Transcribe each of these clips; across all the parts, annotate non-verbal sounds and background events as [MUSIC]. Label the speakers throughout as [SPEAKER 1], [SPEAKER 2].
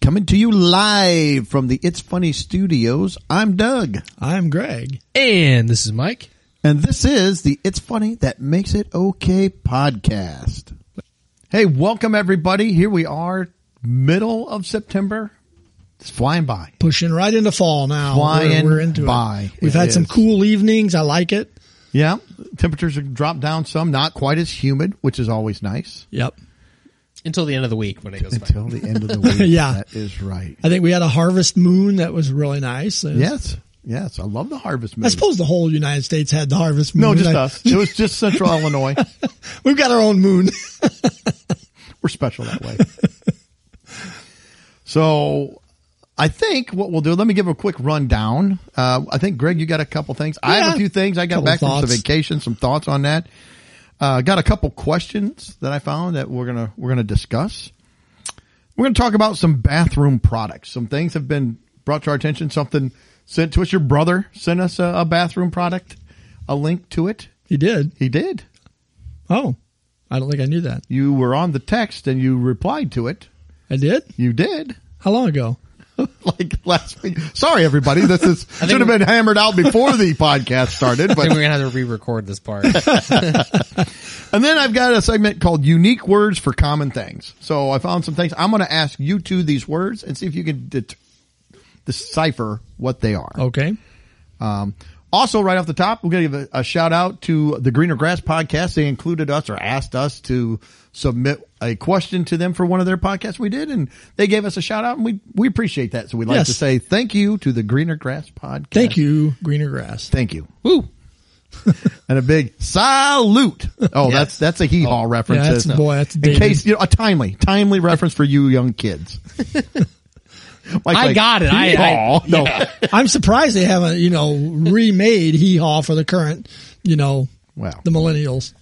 [SPEAKER 1] Coming to you live from the It's Funny studios, I'm Doug.
[SPEAKER 2] I'm Greg.
[SPEAKER 3] And this is Mike.
[SPEAKER 1] And this is the It's Funny That Makes It Okay podcast. Hey, welcome everybody. Here we are, middle of September. It's flying by.
[SPEAKER 2] Pushing right into fall now.
[SPEAKER 1] Flying
[SPEAKER 2] we're, we're into
[SPEAKER 1] by.
[SPEAKER 2] it. We've
[SPEAKER 1] It
[SPEAKER 2] had some
[SPEAKER 1] is.
[SPEAKER 2] cool evenings. I like it.
[SPEAKER 1] Yeah. Temperatures have dropped down some, not quite as humid, which is always nice.
[SPEAKER 2] Yep.
[SPEAKER 3] Until the end of the week when
[SPEAKER 1] [LAUGHS]
[SPEAKER 3] it goes back.
[SPEAKER 1] Until the end of the week.
[SPEAKER 2] Yeah.
[SPEAKER 1] That is right.
[SPEAKER 2] I think we had a harvest moon that was really nice. It was-
[SPEAKER 1] Yes. Yes. I love the harvest moon.
[SPEAKER 2] I suppose the whole United States had the harvest moon.
[SPEAKER 1] no, just
[SPEAKER 2] I-
[SPEAKER 1] us. It was just central Illinois.
[SPEAKER 2] We've got our own moon. [LAUGHS]
[SPEAKER 1] We're special that way. [LAUGHS] so I think what we'll do, let me give a quick rundown. Uh, I think, Greg, you got a couple things. I have
[SPEAKER 2] Yeah.
[SPEAKER 1] a few things. I got
[SPEAKER 2] Couple
[SPEAKER 1] back from
[SPEAKER 2] thoughts.
[SPEAKER 1] some vacation, some thoughts on that. Uh, got a couple questions that I found that we're gonna we're gonna discuss. We're gonna talk about some bathroom products. Some things have been brought to our attention. Something sent to us. Your brother sent us a, a bathroom product, a link to it.
[SPEAKER 2] you did.
[SPEAKER 1] He did.
[SPEAKER 2] Oh, I don't think I knew that.
[SPEAKER 1] You were on the text and you replied to it.
[SPEAKER 2] I did.
[SPEAKER 1] You did.
[SPEAKER 2] How long ago?
[SPEAKER 1] [LAUGHS] like last week. Sorry, everybody. This
[SPEAKER 2] [LAUGHS]
[SPEAKER 1] is should have been hammered out before the podcast started.
[SPEAKER 3] I think
[SPEAKER 1] But
[SPEAKER 3] we're gonna have to re-record
[SPEAKER 1] [LAUGHS]
[SPEAKER 3] this part.
[SPEAKER 1] and then I've got a segment called "Unique Words for Common Things." So I found some things. I'm going to ask you two these words and see if you can det- decipher what they are.
[SPEAKER 2] Okay.
[SPEAKER 1] Um, also, right off the top, we're going to give a, a shout out to the Greener Grass podcast. They included us or asked us to submit a question to them for one of their podcasts we did, and they gave us a shout out, and we we appreciate that. So we'd like
[SPEAKER 2] Yes.
[SPEAKER 1] to say thank you to the Greener Grass podcast.
[SPEAKER 2] Thank you, greener grass.
[SPEAKER 1] Thank you.
[SPEAKER 3] Woo!
[SPEAKER 1] and a big salute. Oh, that's that's a hee haw reference.
[SPEAKER 2] Yeah, that's-
[SPEAKER 1] isn't it?
[SPEAKER 2] boy, that's
[SPEAKER 1] in
[SPEAKER 2] dated.
[SPEAKER 1] case you know a timely timely reference for you young
[SPEAKER 2] [LAUGHS]
[SPEAKER 1] kids. Mike's
[SPEAKER 3] I got it. I- I-
[SPEAKER 1] "Hee-haw." no,
[SPEAKER 2] I'm surprised they haven't, you know, remade hee haw for the current, you know,
[SPEAKER 1] Well.
[SPEAKER 2] the millennials.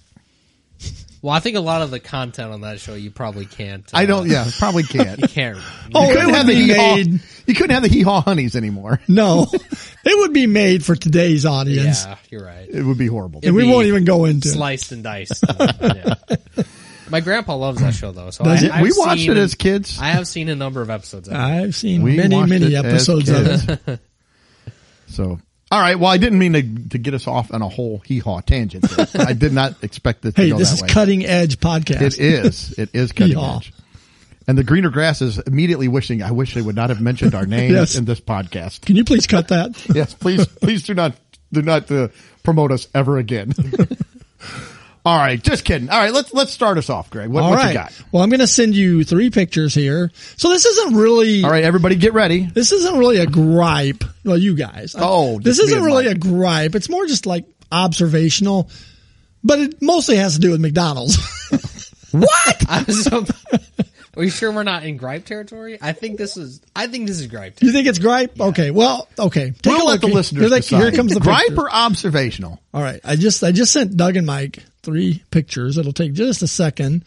[SPEAKER 3] Well, I think a lot of the content on that show you probably can't. Uh,
[SPEAKER 1] I don't. Yeah, probably can't. [LAUGHS]
[SPEAKER 3] you can't.
[SPEAKER 2] [LAUGHS] Oh,
[SPEAKER 1] You
[SPEAKER 2] it
[SPEAKER 1] couldn't
[SPEAKER 2] would
[SPEAKER 1] have the
[SPEAKER 2] be
[SPEAKER 1] hee haw.
[SPEAKER 2] made.
[SPEAKER 1] You couldn't have the hee haw honeys anymore. [LAUGHS]
[SPEAKER 2] No, [LAUGHS] it would be made for today's audience,
[SPEAKER 3] Yeah, you're right.
[SPEAKER 1] It would be horrible.
[SPEAKER 2] and we
[SPEAKER 3] be
[SPEAKER 2] won't even go into it.
[SPEAKER 3] Sliced and diced. Yeah.
[SPEAKER 1] [LAUGHS]
[SPEAKER 3] My grandpa loves that show though, so
[SPEAKER 2] Does
[SPEAKER 3] I,
[SPEAKER 2] it?
[SPEAKER 3] I've
[SPEAKER 1] we watched
[SPEAKER 3] seen-
[SPEAKER 1] it as kids. Ah.
[SPEAKER 3] I have seen a number of episodes. [LAUGHS] Of it.
[SPEAKER 2] I've seen
[SPEAKER 1] we
[SPEAKER 2] many,
[SPEAKER 1] watched it
[SPEAKER 2] many
[SPEAKER 1] as
[SPEAKER 2] episodes of it. [LAUGHS]
[SPEAKER 1] kids. so. All right. Well, I didn't mean to, to get us off on a whole hee haw tangent. there. I did not expect it to
[SPEAKER 2] Hey,
[SPEAKER 1] go
[SPEAKER 2] this
[SPEAKER 1] that
[SPEAKER 2] is
[SPEAKER 1] way.
[SPEAKER 2] cutting edge podcast.
[SPEAKER 1] It is. It is cutting
[SPEAKER 2] [LAUGHS] Yeehaw.
[SPEAKER 1] edge. And the greener grass is immediately wishing, I wish they would not have mentioned
[SPEAKER 2] [LAUGHS]
[SPEAKER 1] our names
[SPEAKER 2] Yes.
[SPEAKER 1] in this podcast.
[SPEAKER 2] Can you please
[SPEAKER 1] [LAUGHS]
[SPEAKER 2] cut that?
[SPEAKER 1] Yes, please, please do not, do not uh, promote us ever again. [LAUGHS] All right. Just kidding. All right. Let's, let's start us off, Greg. What,
[SPEAKER 2] All
[SPEAKER 1] what
[SPEAKER 2] right.
[SPEAKER 1] you got?
[SPEAKER 2] Well, I'm going to send you three pictures here. So this isn't really.
[SPEAKER 1] All right. Everybody get ready.
[SPEAKER 2] This isn't really a gripe. Well, you guys.
[SPEAKER 1] Oh,
[SPEAKER 2] this
[SPEAKER 1] just me
[SPEAKER 2] isn't
[SPEAKER 1] and
[SPEAKER 2] really
[SPEAKER 1] Mike.
[SPEAKER 2] a gripe. It's more just like observational, but it mostly has to do with McDonald's. [LAUGHS] what?
[SPEAKER 3] I was so, [LAUGHS] are you sure we're not in gripe territory? I think this is. I think this is gripe. Territory.
[SPEAKER 2] You think it's gripe? Okay. Well, okay. Take
[SPEAKER 1] we'll
[SPEAKER 2] a
[SPEAKER 1] let
[SPEAKER 2] look.
[SPEAKER 1] the
[SPEAKER 2] Here-
[SPEAKER 1] listeners
[SPEAKER 2] here, they-
[SPEAKER 1] decide.
[SPEAKER 2] here comes the
[SPEAKER 1] gripe
[SPEAKER 2] pictures.
[SPEAKER 1] or observational.
[SPEAKER 2] All right. I just I just sent Doug and Mike three pictures. It'll take just a second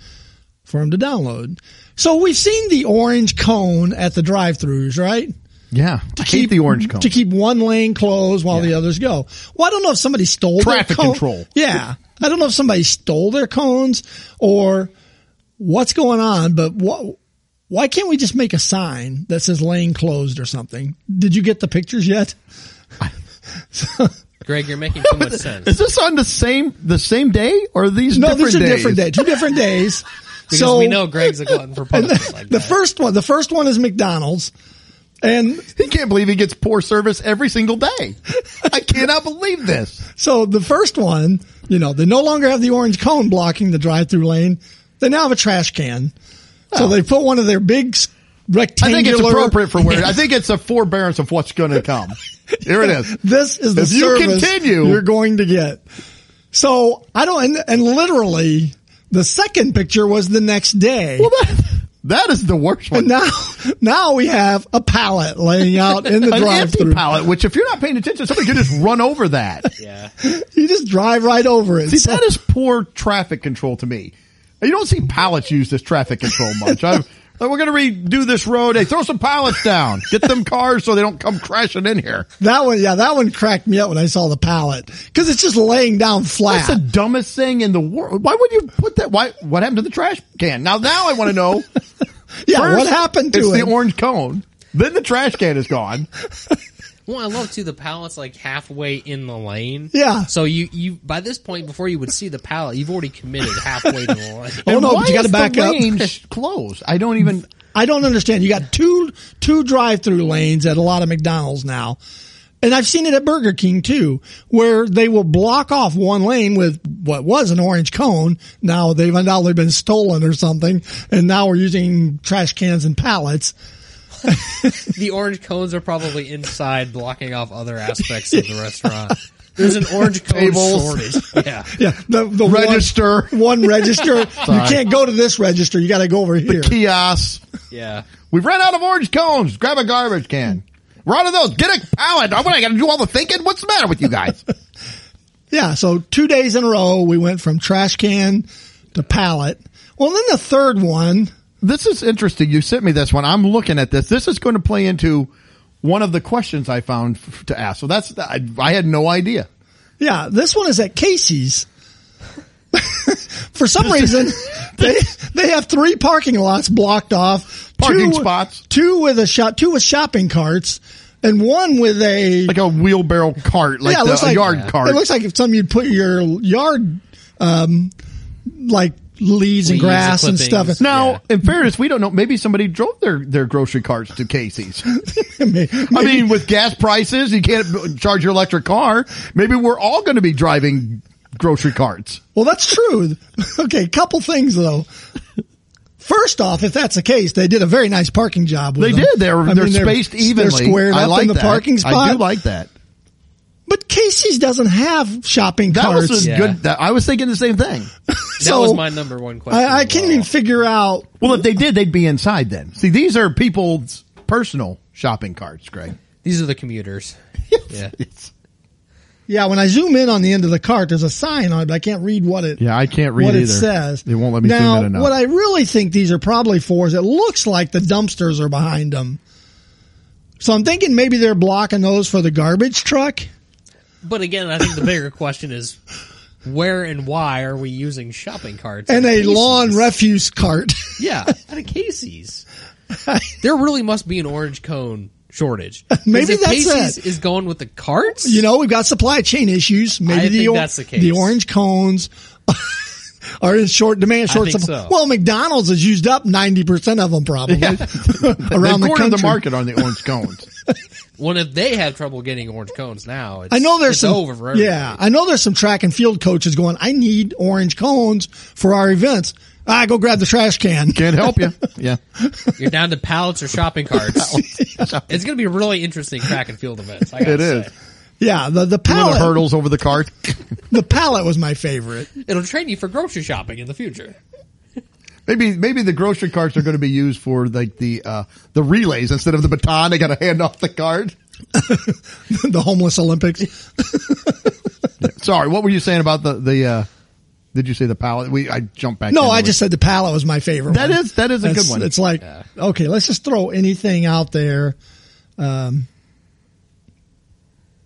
[SPEAKER 2] for them to download. So we've seen the orange cone at the drive-throughs, right?
[SPEAKER 1] Yeah. I hate the orange cone.
[SPEAKER 2] To keep one lane closed while the others go. Well, I don't know if somebody stole
[SPEAKER 1] Traffic
[SPEAKER 2] their cone.
[SPEAKER 1] control.
[SPEAKER 2] Yeah. I don't know if somebody stole their cones or what's going on, but what, why can't we just make a sign that says lane closed or something? Did you get the pictures yet?
[SPEAKER 3] Greg, you're making
[SPEAKER 1] [LAUGHS]
[SPEAKER 3] too much sense.
[SPEAKER 1] is this on the same, the same day or are these
[SPEAKER 2] No,
[SPEAKER 1] different
[SPEAKER 2] these are
[SPEAKER 1] days?
[SPEAKER 2] different days. Two different days.
[SPEAKER 3] [LAUGHS] Because
[SPEAKER 2] so
[SPEAKER 3] we know Greg's a glutton for
[SPEAKER 1] [LAUGHS]
[SPEAKER 3] punishment. Like
[SPEAKER 2] [LAUGHS] the
[SPEAKER 3] that.
[SPEAKER 2] first one, the first one is McDonald's, and
[SPEAKER 1] He can't believe he gets poor service every single day. I cannot believe this.
[SPEAKER 2] so the first one, you know, they no longer have the orange cone blocking the drive-through lane. They now have a trash can, so they put one of their big s-
[SPEAKER 1] Oh. I
[SPEAKER 2] rectangular.
[SPEAKER 1] think it's appropriate for where I [LAUGHS] think it's a forbearance of what's going to come. Here it [LAUGHS] is.
[SPEAKER 2] [LAUGHS] This is the
[SPEAKER 1] If you
[SPEAKER 2] service
[SPEAKER 1] continue-
[SPEAKER 2] you're going to get. So I don't, and, and literally, the second picture was the next day.
[SPEAKER 1] That is the worst one.
[SPEAKER 2] [LAUGHS] now, now we have a pallet laying out in
[SPEAKER 1] [LAUGHS]
[SPEAKER 2] the
[SPEAKER 1] An empty
[SPEAKER 2] drive-through.
[SPEAKER 1] pallet, which if you're not paying attention, somebody could just run over [LAUGHS] that.
[SPEAKER 3] yeah.
[SPEAKER 2] You just drive right over it.
[SPEAKER 1] See,
[SPEAKER 2] So-
[SPEAKER 1] that is poor traffic control to me. You don't see pallets used as traffic control much. i we're going to redo this road. Hey, throw some pallets down. Get them cars so they don't come crashing in here.
[SPEAKER 2] That one, yeah, that one cracked me up when I saw the pallet because it's just laying down flat.
[SPEAKER 1] That's the dumbest thing in the world. Why would you put that? Why? What happened to the trash can? Now, now I want to know
[SPEAKER 2] Yeah, what happened to Oh,
[SPEAKER 1] it's
[SPEAKER 2] it?
[SPEAKER 1] the orange cone. Then the trash can is gone.
[SPEAKER 3] Well, I love too. The pallet's like halfway in the lane.
[SPEAKER 2] Yeah.
[SPEAKER 3] So you you by this point, before you would see the pallet, you've already committed halfway to the lane.
[SPEAKER 2] [LAUGHS] Oh,
[SPEAKER 1] And
[SPEAKER 2] no,
[SPEAKER 1] why
[SPEAKER 2] but you gotta
[SPEAKER 1] is
[SPEAKER 2] back
[SPEAKER 1] the
[SPEAKER 2] up.
[SPEAKER 1] Range [LAUGHS] closed. I don't even.
[SPEAKER 2] I don't understand. You got two two drive through lanes at a lot of McDonald's now. And I've seen it at Burger King too, where they will block off one lane with what was an orange cone. Now they've undoubtedly been stolen or something, and now we're using trash cans and pallets.
[SPEAKER 3] the orange cones are probably inside, blocking off other aspects of the restaurant. There's an orange cone
[SPEAKER 1] Tables.
[SPEAKER 2] [LAUGHS]
[SPEAKER 3] shortage. Yeah.
[SPEAKER 2] Yeah, the, the one-
[SPEAKER 1] Register. [LAUGHS]
[SPEAKER 2] one, register. you can't go to this register. You got to go over here.
[SPEAKER 1] Kiosks.
[SPEAKER 3] Yeah.
[SPEAKER 1] We've run out of orange cones. Grab a garbage can. We're out of those. Get a pallet. I'm going to do all the thinking. What's the matter with you
[SPEAKER 2] [LAUGHS]
[SPEAKER 1] guys?
[SPEAKER 2] Yeah, so two days in a row, we went from trash can to pallet. Well, then the third one,
[SPEAKER 1] this is interesting. You sent me this one. I'm looking at this. This is going to play into one of the questions I found f- to ask. So that's, I, I had no idea.
[SPEAKER 2] yeah, this one is at Casey's. [LAUGHS] For
[SPEAKER 1] [LAUGHS]
[SPEAKER 2] some reason, they they have three parking lots blocked off,
[SPEAKER 1] Parking
[SPEAKER 2] two,
[SPEAKER 1] spots.
[SPEAKER 2] two with a shop, two with shopping carts, and one with a
[SPEAKER 1] Like a wheelbarrow cart, like
[SPEAKER 2] yeah, it
[SPEAKER 1] the,
[SPEAKER 2] looks
[SPEAKER 1] a
[SPEAKER 2] like
[SPEAKER 1] yard
[SPEAKER 2] yeah.
[SPEAKER 1] cart.
[SPEAKER 2] It looks like if some you'd put your yard, um, like leaves and
[SPEAKER 3] Leaves and
[SPEAKER 2] grass and stuff.
[SPEAKER 3] clippings.
[SPEAKER 1] now,
[SPEAKER 3] Yeah.
[SPEAKER 1] in fairness, we don't know. Maybe somebody drove their, their grocery carts to [LAUGHS] Casey's.
[SPEAKER 2] [LAUGHS] I mean,
[SPEAKER 1] I mean, with gas prices, you can't b- charge your electric car. Maybe we're all going to be driving grocery carts.
[SPEAKER 2] Well, that's true. [LAUGHS] Okay, couple things though. First off, if that's the case, they did a very nice parking job. With
[SPEAKER 1] They
[SPEAKER 2] them.
[SPEAKER 1] did. They're
[SPEAKER 2] I mean,
[SPEAKER 1] they're spaced evenly.
[SPEAKER 2] They're squared
[SPEAKER 1] I
[SPEAKER 2] up
[SPEAKER 1] like
[SPEAKER 2] in the
[SPEAKER 1] that.
[SPEAKER 2] parking spot.
[SPEAKER 1] I do like that.
[SPEAKER 2] but Casey's doesn't have shopping
[SPEAKER 1] That
[SPEAKER 2] carts.
[SPEAKER 1] was a
[SPEAKER 3] Yeah.
[SPEAKER 1] good. That, I was thinking the same thing.
[SPEAKER 3] That
[SPEAKER 2] So,
[SPEAKER 3] was my number one question.
[SPEAKER 2] I, I
[SPEAKER 3] as
[SPEAKER 2] can't
[SPEAKER 3] well.
[SPEAKER 2] even figure out.
[SPEAKER 1] Well, if they did, they'd be inside then. See, these are people's personal shopping carts, Greg.
[SPEAKER 3] These are the commuters. Yeah.
[SPEAKER 2] Yeah, when I zoom in on the end of the cart, there's a sign on it, but I can't read what it.
[SPEAKER 1] Yeah, I can't read
[SPEAKER 2] what
[SPEAKER 1] either.
[SPEAKER 2] it says.
[SPEAKER 1] It won't let me zoom
[SPEAKER 2] now,
[SPEAKER 1] in enough.
[SPEAKER 2] What I really think these are probably for is it looks like the dumpsters are behind them. So I'm thinking maybe they're blocking those for the garbage truck.
[SPEAKER 3] But again, I think the bigger question is where and why are we using shopping carts
[SPEAKER 2] and
[SPEAKER 3] at
[SPEAKER 2] a
[SPEAKER 3] Casey's?
[SPEAKER 2] lawn refuse cart. [LAUGHS]
[SPEAKER 3] Yeah, at a Casey's. there really must be an orange cone shortage.
[SPEAKER 2] [LAUGHS] Maybe
[SPEAKER 3] Is it
[SPEAKER 2] that's
[SPEAKER 3] Casey's
[SPEAKER 2] it.
[SPEAKER 3] is going with the carts.
[SPEAKER 2] you know, we've got supply chain issues. Maybe
[SPEAKER 3] I
[SPEAKER 2] the,
[SPEAKER 3] think
[SPEAKER 2] or-
[SPEAKER 3] that's the case.
[SPEAKER 2] orange cones [LAUGHS] are in short demand, short
[SPEAKER 3] think
[SPEAKER 2] supply.
[SPEAKER 3] so.
[SPEAKER 2] Well, McDonald's has used up 90% of them probably [LAUGHS] around
[SPEAKER 1] they
[SPEAKER 2] the
[SPEAKER 1] cornered
[SPEAKER 2] country.
[SPEAKER 1] the market on the orange cones.
[SPEAKER 3] Well, if they have trouble getting orange cones now, it's,
[SPEAKER 2] I know there's
[SPEAKER 3] it's
[SPEAKER 2] some,
[SPEAKER 3] over for everybody.
[SPEAKER 2] yeah, I know there's some track and field coaches going, I need orange cones for our events. I go grab the trash
[SPEAKER 1] [LAUGHS]
[SPEAKER 2] can.
[SPEAKER 1] Can't help you. [LAUGHS] Yeah,
[SPEAKER 3] You're down to pallets or shopping carts. it's going to be a really interesting track and field event. I gotta
[SPEAKER 1] it is. [LAUGHS]
[SPEAKER 3] say.
[SPEAKER 2] [LAUGHS] Yeah, the,
[SPEAKER 1] One
[SPEAKER 2] the
[SPEAKER 1] of the
[SPEAKER 2] pallet,
[SPEAKER 1] hurdles over the cart.
[SPEAKER 2] the pallet was my favorite. [LAUGHS]
[SPEAKER 3] It'll train you for grocery shopping in the future.
[SPEAKER 1] [LAUGHS] Maybe maybe the grocery carts are going to be used for like the uh, the relays instead of the baton. They got to hand off the cart.
[SPEAKER 2] the homeless Olympics.
[SPEAKER 1] Sorry, what were you saying about the the? Uh, did you say the pallet? We I jumped back.
[SPEAKER 2] No,
[SPEAKER 1] into
[SPEAKER 2] I
[SPEAKER 1] it.
[SPEAKER 2] just said the pallet was my favorite.
[SPEAKER 1] That
[SPEAKER 2] one.
[SPEAKER 1] is- that is a good
[SPEAKER 2] That's-
[SPEAKER 1] one.
[SPEAKER 2] It's like okay, let's just throw anything out there. um,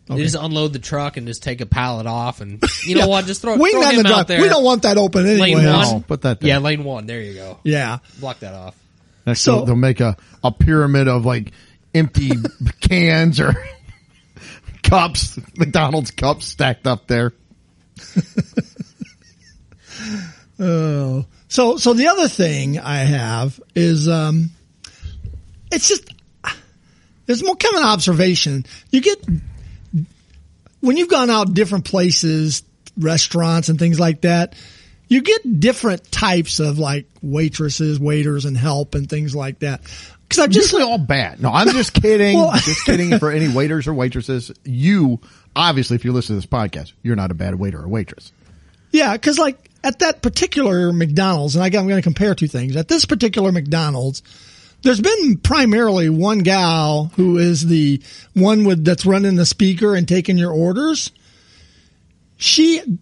[SPEAKER 3] They just unload the truck and just take a pallet off, and
[SPEAKER 2] [LAUGHS]
[SPEAKER 3] you know what? Just throw,
[SPEAKER 2] Wing
[SPEAKER 3] throw
[SPEAKER 2] down
[SPEAKER 3] him
[SPEAKER 2] the
[SPEAKER 3] out
[SPEAKER 2] drive.
[SPEAKER 3] there.
[SPEAKER 2] We don't want that open anyway.
[SPEAKER 3] lane
[SPEAKER 1] else.
[SPEAKER 3] one.
[SPEAKER 1] No, put that there.
[SPEAKER 3] Yeah, lane one. There you go.
[SPEAKER 2] Yeah,
[SPEAKER 3] Block that off.
[SPEAKER 1] Next,
[SPEAKER 2] So-
[SPEAKER 1] they'll, they'll make a, a pyramid of like
[SPEAKER 2] [LAUGHS]
[SPEAKER 1] empty cans or [LAUGHS] cups, McDonald's cups stacked up there.
[SPEAKER 2] Oh. So, so the other thing I have is, um, it's just, there's more kind of an observation. You get, when you've gone out different places, restaurants and things like that, you get different types of like waitresses, waiters and help and things like that. Cause I've just,
[SPEAKER 1] Usually all bad. No, I'm just kidding.
[SPEAKER 2] Well-
[SPEAKER 1] just kidding for any waiters or waitresses. You, obviously, if you listen to this podcast, you're not a bad waiter or waitress.
[SPEAKER 2] Yeah, because like at that particular McDonald's, and I, am going to compare two things. At this particular McDonald's, there's been primarily one gal who is the one with that's running the speaker and taking your orders. She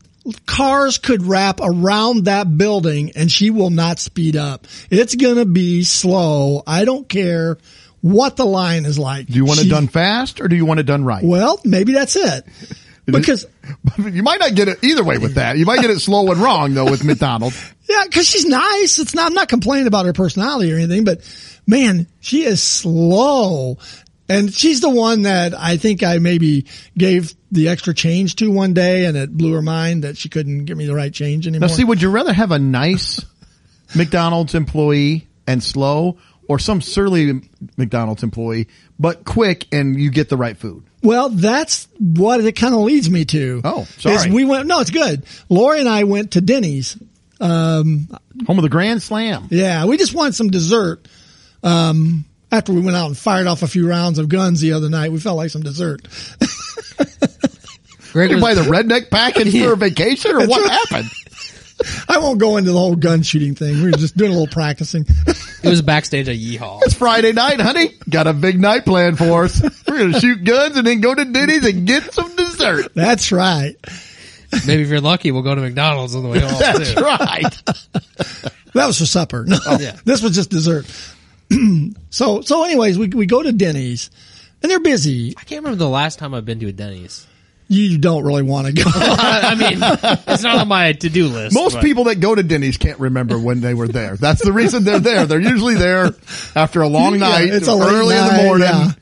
[SPEAKER 2] cars could wrap around that building, and she will not speed up. It's going to be slow. I don't care what the line is like.
[SPEAKER 1] Do you want [LAUGHS]
[SPEAKER 2] She-
[SPEAKER 1] it done fast or do you want it done right?
[SPEAKER 2] well, maybe that's it. Because-
[SPEAKER 1] [LAUGHS] you might not get it either way with that. You might get it slow and wrong though with McDonald's.
[SPEAKER 2] Yeah, because she's nice. It's not. I'm not complaining about her personality or anything, but man, she is slow, and she's the one that I think I maybe gave the extra change to one day, and it blew her mind that she couldn't give me the right change anymore.
[SPEAKER 1] [LAUGHS] Now, see, would you rather have a nice McDonald's employee and slow, or some surly McDonald's employee but quick and you get the right food?
[SPEAKER 2] Well, that's what it kind of leads me to.
[SPEAKER 1] Oh, sorry.
[SPEAKER 2] Is we went. No, it's good. Lori and I went to Denny's. Um,
[SPEAKER 1] Home of the Grand Slam.
[SPEAKER 2] yeah, we just wanted some dessert. Um, after we went out and fired off a few rounds of guns the other night, we felt like some dessert.
[SPEAKER 3] Greg
[SPEAKER 1] You
[SPEAKER 3] was,
[SPEAKER 1] buy the redneck package for a vacation, or what happened?
[SPEAKER 2] I won't go into the whole gun shooting thing. We were just doing a little practicing.
[SPEAKER 3] [LAUGHS]
[SPEAKER 2] [LAUGHS]
[SPEAKER 3] it was backstage at Yeehaw.
[SPEAKER 1] It's Friday night, honey. Got a big night planned for us. We're gonna shoot guns and then go to Denny's and get some dessert.
[SPEAKER 2] That's right.
[SPEAKER 3] [LAUGHS] Maybe if you're lucky, we'll go to McDonald's on the way home.
[SPEAKER 1] That's
[SPEAKER 3] too.
[SPEAKER 1] right.
[SPEAKER 2] That was for supper. [LAUGHS] No,
[SPEAKER 3] Yeah.
[SPEAKER 2] this was just dessert. [CLEARS THROAT] so, so anyways, we, we go to Denny's and they're busy.
[SPEAKER 3] [LAUGHS] I can't remember the last time I've been to a Denny's.
[SPEAKER 2] You don't really want to go. [LAUGHS]
[SPEAKER 3] I, I mean, [LAUGHS] it's not on my to do list.
[SPEAKER 1] Most
[SPEAKER 3] but-
[SPEAKER 1] people that go to Denny's can't remember when they were there. That's the reason they're there. They're usually there after a long
[SPEAKER 2] Yeah,
[SPEAKER 1] night.
[SPEAKER 2] it's a late
[SPEAKER 1] early in the
[SPEAKER 2] night,
[SPEAKER 1] morning.
[SPEAKER 2] yeah.
[SPEAKER 1] [LAUGHS]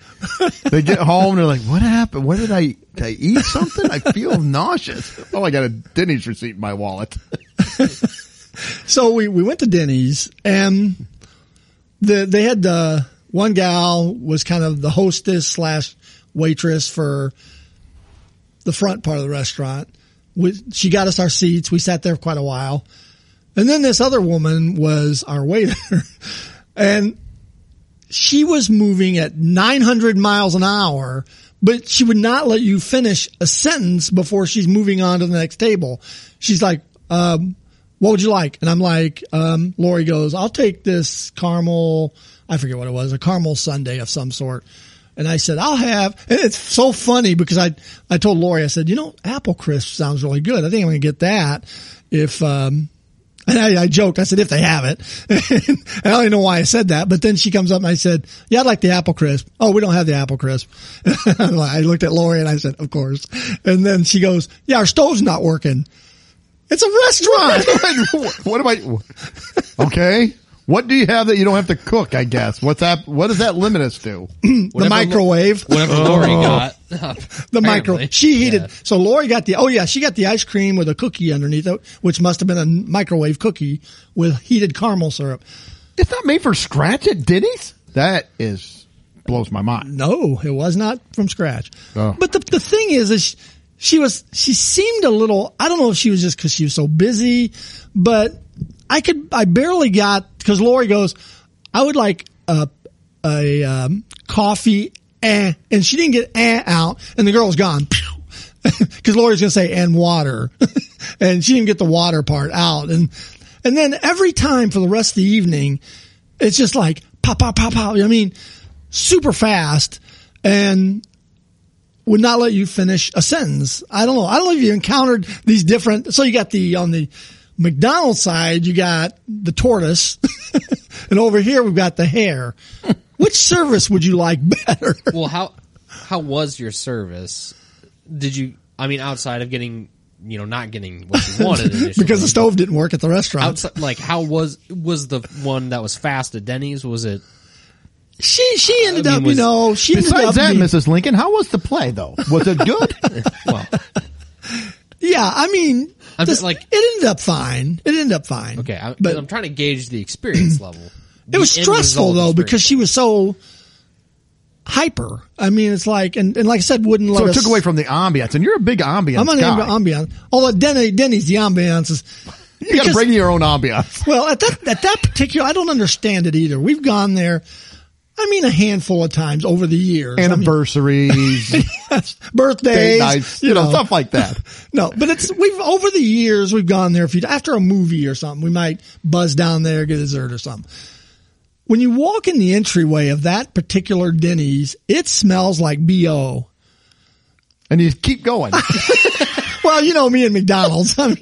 [SPEAKER 1] They get home and they're like, "What happened? What did I? Did I eat something? I feel nauseous. Oh, I got a Denny's receipt in my wallet. [LAUGHS]
[SPEAKER 2] so we, we went to Denny's and the, they had the one gal was kind of the hostess slash waitress for the front part of the restaurant. We, she got us our seats. We sat there for quite a while. And then this other woman was our waiter [LAUGHS] and she was moving at 900 miles an hour, but she would not let you finish a sentence before she's moving on to the next table. She's like, um, what would you like? And I'm like, um, Lori goes, I'll take this caramel. I forget what it was, a caramel sundae of some sort. And I said, I'll have, and it's so funny because I, I told Lori, I said, you know, apple crisp sounds really good. I think I'm going to get that if, um, and I, I joked. I said, if they have it. [LAUGHS] and I don't even know why I said that. But then she comes up and I said, yeah, I'd like the apple crisp. Oh, we don't have the apple crisp. [LAUGHS] I'm like- I looked at Lori and I said, of course. And then she goes, yeah, our stove's not working. It's a restaurant.
[SPEAKER 1] what am I? Okay, what do you have that you don't have to cook? I guess. What's that? What does that limit us to?
[SPEAKER 2] the microwave.
[SPEAKER 3] Whatever Lori got.
[SPEAKER 2] [LAUGHS] Oh. the
[SPEAKER 3] apparently.
[SPEAKER 2] micro. She heated.
[SPEAKER 3] Yeah.
[SPEAKER 2] So Lori got the. Oh yeah, she got the ice cream with a cookie underneath it, which must have been a microwave cookie with heated caramel syrup.
[SPEAKER 1] It's not made for scratch at Denny's. That is blows my mind.
[SPEAKER 2] No, it was not from scratch.
[SPEAKER 1] Oh.
[SPEAKER 2] But the the thing is, is she, she was she seemed a little. I don't know if she was just because she was so busy, but I could I barely got because Lori goes, I would like a a um, coffee eh, and she didn't get eh out, and the girl was gone. [LAUGHS] Because Lori's gonna say and water, [LAUGHS] and she didn't get the water part out, and and then every time for the rest of the evening, it's just like pop pop pop pop. I mean, super fast and would not let you finish a sentence. I don't know. I don't know if you encountered these different. So you got the on the McDonald's side, you got the tortoise, [LAUGHS] and over here we've got the hare. Which service would you like better? [LAUGHS]
[SPEAKER 3] Well, how how was your service? Did you? I mean, outside of getting, you know, not getting what
[SPEAKER 2] [LAUGHS]
[SPEAKER 3] you wanted initially,
[SPEAKER 2] because the stove didn't work at the restaurant.
[SPEAKER 3] Outside, like, how was was the one that was fast at Denny's? Was it?
[SPEAKER 2] She she ended
[SPEAKER 3] I mean,
[SPEAKER 2] up,
[SPEAKER 3] was-
[SPEAKER 2] you know, she ended up
[SPEAKER 1] Besides that,
[SPEAKER 2] being-
[SPEAKER 1] Mrs. Lincoln, how was the play though? Was it good?
[SPEAKER 3] Well,
[SPEAKER 2] Yeah, I mean,
[SPEAKER 3] I'm
[SPEAKER 2] this,
[SPEAKER 3] just like-
[SPEAKER 2] it ended up fine. It ended up fine.
[SPEAKER 3] okay, I'm,
[SPEAKER 2] but
[SPEAKER 3] I'm trying to gauge the experience level.
[SPEAKER 2] It was stressful though because
[SPEAKER 3] she.
[SPEAKER 2] she was so hyper. I mean, it's like and, and like I said, wouldn't let
[SPEAKER 1] so it
[SPEAKER 2] us.
[SPEAKER 1] took away from the ambiance, and you're a big ambiance
[SPEAKER 2] I'm on the
[SPEAKER 1] guy.
[SPEAKER 2] ambiance. Although Denny, Denny's the ambiance is
[SPEAKER 1] you got to
[SPEAKER 2] because-
[SPEAKER 1] bring your own [LAUGHS] ambiance.
[SPEAKER 2] well at that at that particular. I don't understand it either. We've gone there. I mean, a handful of times over the years. I
[SPEAKER 1] [LAUGHS]
[SPEAKER 2] mean,
[SPEAKER 1] Anniversaries,
[SPEAKER 2] birthdays,
[SPEAKER 1] date nights,
[SPEAKER 2] you know,
[SPEAKER 1] stuff like [LAUGHS] that.
[SPEAKER 2] No, but it's we've over the years we've gone there a few after a movie or something. We might buzz down there, get a dessert or something. When you walk in the entryway of that particular Denny's, it smells like bo.
[SPEAKER 1] And you keep going. [LAUGHS] But
[SPEAKER 2] Well, you know me and McDonald's. [LAUGHS] I mean,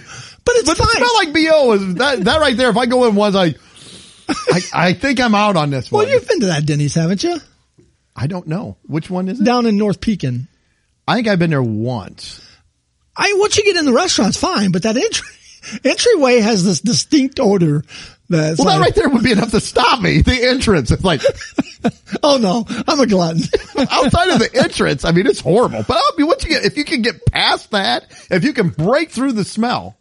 [SPEAKER 2] but it's
[SPEAKER 1] the
[SPEAKER 2] fine.
[SPEAKER 1] smell like bo is that that right there. If I go in once, I I, I think I'm out on this
[SPEAKER 2] well,
[SPEAKER 1] one.
[SPEAKER 2] you've been to that Denny's, haven't you?
[SPEAKER 1] I don't know which one is it.
[SPEAKER 2] Down in North Pekin.
[SPEAKER 1] I think I've been there once.
[SPEAKER 2] I once you get in the restaurant, it's fine, but that entry [LAUGHS] entryway has this distinct odor. That's
[SPEAKER 1] Well, that
[SPEAKER 2] like,
[SPEAKER 1] right there would be enough to stop me. The entrance. It's like
[SPEAKER 2] Oh no, I'm a glutton. [LAUGHS]
[SPEAKER 1] outside [LAUGHS] of the entrance. I mean, it's horrible. But I mean, once you get, if you can get past that, if you can break through the smell,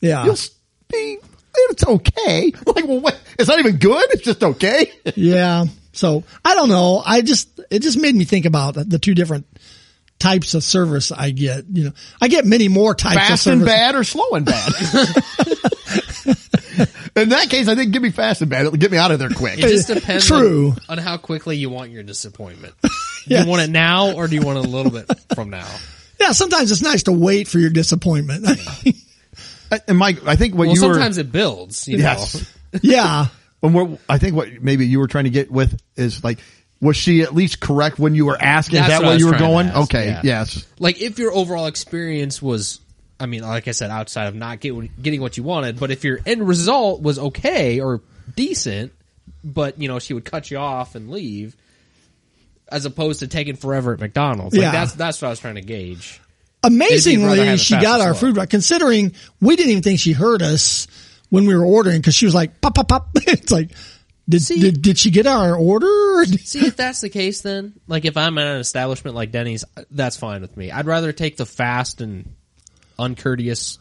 [SPEAKER 2] yeah,
[SPEAKER 1] you'll s- be. It's okay. Like, well, what? It's not even good. It's just okay.
[SPEAKER 2] yeah. So I don't know. I just it just made me think about the two different types of service I get. You know, I get many more types of
[SPEAKER 1] fast
[SPEAKER 2] service.
[SPEAKER 1] and bad or slow and
[SPEAKER 2] [LAUGHS]
[SPEAKER 1] bad. In that case, I think give me fast and bad. It'll get me out of there quick.
[SPEAKER 3] It just depends
[SPEAKER 2] [LAUGHS] True.
[SPEAKER 3] On, on how quickly you want your
[SPEAKER 2] [LAUGHS]
[SPEAKER 3] disappointment.
[SPEAKER 2] Yes.
[SPEAKER 3] You want it now or do you want it a little bit from now?
[SPEAKER 2] Yeah, sometimes it's nice to wait for your disappointment. [LAUGHS]
[SPEAKER 1] Uh, And Mike, I think what
[SPEAKER 3] Well,
[SPEAKER 1] you
[SPEAKER 3] sometimes it builds, you
[SPEAKER 1] were,
[SPEAKER 3] know.
[SPEAKER 1] yes,
[SPEAKER 2] yeah.
[SPEAKER 1] and what I think what maybe you were trying to get with is like, was she at least correct when you were asking?
[SPEAKER 3] That's
[SPEAKER 1] is that
[SPEAKER 3] what I
[SPEAKER 1] where
[SPEAKER 3] was
[SPEAKER 1] you were
[SPEAKER 3] trying to
[SPEAKER 1] going?
[SPEAKER 3] ask,
[SPEAKER 1] Okay,
[SPEAKER 3] yeah.
[SPEAKER 1] yes.
[SPEAKER 3] Like if your overall experience was I mean, like I said, outside of not get, getting what you wanted, but if your end result was okay or decent, but you know, she would cut you off and leave as opposed to taking forever at McDonald's. Like
[SPEAKER 2] Yeah.
[SPEAKER 3] that's that's what I was trying to gauge. It'd be rather
[SPEAKER 2] Amazingly,
[SPEAKER 3] have it
[SPEAKER 2] she
[SPEAKER 3] fast
[SPEAKER 2] got
[SPEAKER 3] as
[SPEAKER 2] our
[SPEAKER 3] well.
[SPEAKER 2] food right. Considering we didn't even think she heard us when we were ordering because she was like pop pop [LAUGHS] pop. it's like did,
[SPEAKER 3] See-
[SPEAKER 2] did did she get our order? [LAUGHS]
[SPEAKER 3] See, if that's the case, then like if I'm at an establishment like Denny's, uh, that's fine with me. I'd rather take the fast and uncourteous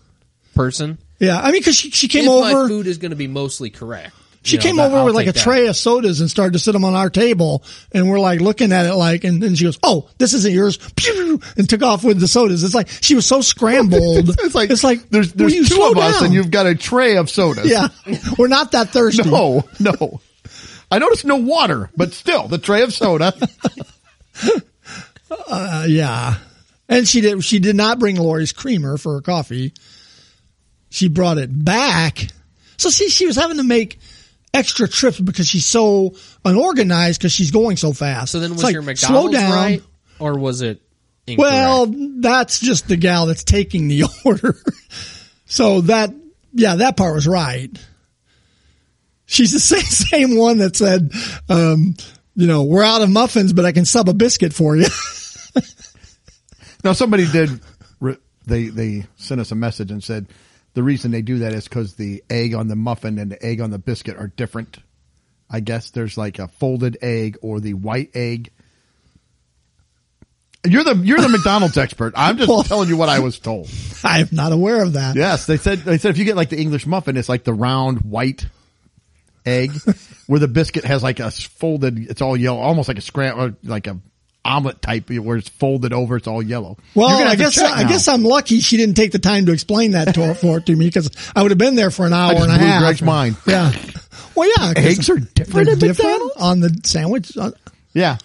[SPEAKER 3] person.
[SPEAKER 2] yeah, I mean because she she came
[SPEAKER 3] if my
[SPEAKER 2] over.
[SPEAKER 3] food is going to be mostly correct.
[SPEAKER 2] she
[SPEAKER 3] you know,
[SPEAKER 2] came
[SPEAKER 3] that-
[SPEAKER 2] over
[SPEAKER 3] I'll
[SPEAKER 2] with like a
[SPEAKER 3] take that.
[SPEAKER 2] tray of sodas and started to sit them on our table, and we're like looking at it like, and then she goes, "Oh, this isn't yours," [LAUGHS] pew, and took off with the sodas. It's like she was so scrambled.
[SPEAKER 1] [LAUGHS] It's like
[SPEAKER 2] it's like
[SPEAKER 1] there's
[SPEAKER 2] will
[SPEAKER 1] there's
[SPEAKER 2] you
[SPEAKER 1] two
[SPEAKER 2] slow
[SPEAKER 1] of us
[SPEAKER 2] down?
[SPEAKER 1] and you've got a tray of sodas.
[SPEAKER 2] [LAUGHS] yeah, we're not that thirsty.
[SPEAKER 1] [LAUGHS] No, no. I noticed no water, but still the tray of soda.
[SPEAKER 2] [LAUGHS] Uh, yeah, and she did. She did not bring Lori's creamer for her coffee. She brought it back. So see, she was having to make extra trips because she's so unorganized because she's going so fast.
[SPEAKER 3] So then
[SPEAKER 2] It's
[SPEAKER 3] was
[SPEAKER 2] like,
[SPEAKER 3] your
[SPEAKER 2] slow
[SPEAKER 3] McDonald's
[SPEAKER 2] down.
[SPEAKER 3] right or was it incorrect?
[SPEAKER 2] Well, that's just the gal that's taking the [LAUGHS] order. So that, yeah, that part was right. She's the [LAUGHS] same, same one that said, um, you know, we're out of muffins, but I can sub a biscuit for you. [LAUGHS]
[SPEAKER 1] Now somebody did. re- They they sent us a message and said the reason they do that is because the egg on the muffin and the egg on the biscuit are different. I guess there's like a folded egg or the white egg. You're the you're the McDonald's expert. I'm just
[SPEAKER 2] Well-
[SPEAKER 1] telling you what I was told.
[SPEAKER 2] I am not aware of that.
[SPEAKER 1] Yes, they said they said if you get like the English muffin, it's like the round white egg, where the biscuit has like a s- folded. It's all yellow, almost like a scramble, like a omelet type, where it's folded over. It's all yellow. You're
[SPEAKER 2] Well,
[SPEAKER 1] gonna
[SPEAKER 2] I
[SPEAKER 1] have to
[SPEAKER 2] guess
[SPEAKER 1] check
[SPEAKER 2] I
[SPEAKER 1] now.
[SPEAKER 2] guess I'm lucky she didn't take the time to explain that to, [LAUGHS] for it to me because I would have been there for an hour
[SPEAKER 1] I just
[SPEAKER 2] and a
[SPEAKER 1] blew
[SPEAKER 2] half.
[SPEAKER 1] Greg's mind.
[SPEAKER 2] Yeah. Well, yeah. 'cause
[SPEAKER 1] Eggs are different
[SPEAKER 2] they're
[SPEAKER 1] at
[SPEAKER 2] different
[SPEAKER 1] McDonald's?
[SPEAKER 2] on the sandwich. Uh,
[SPEAKER 1] Yeah.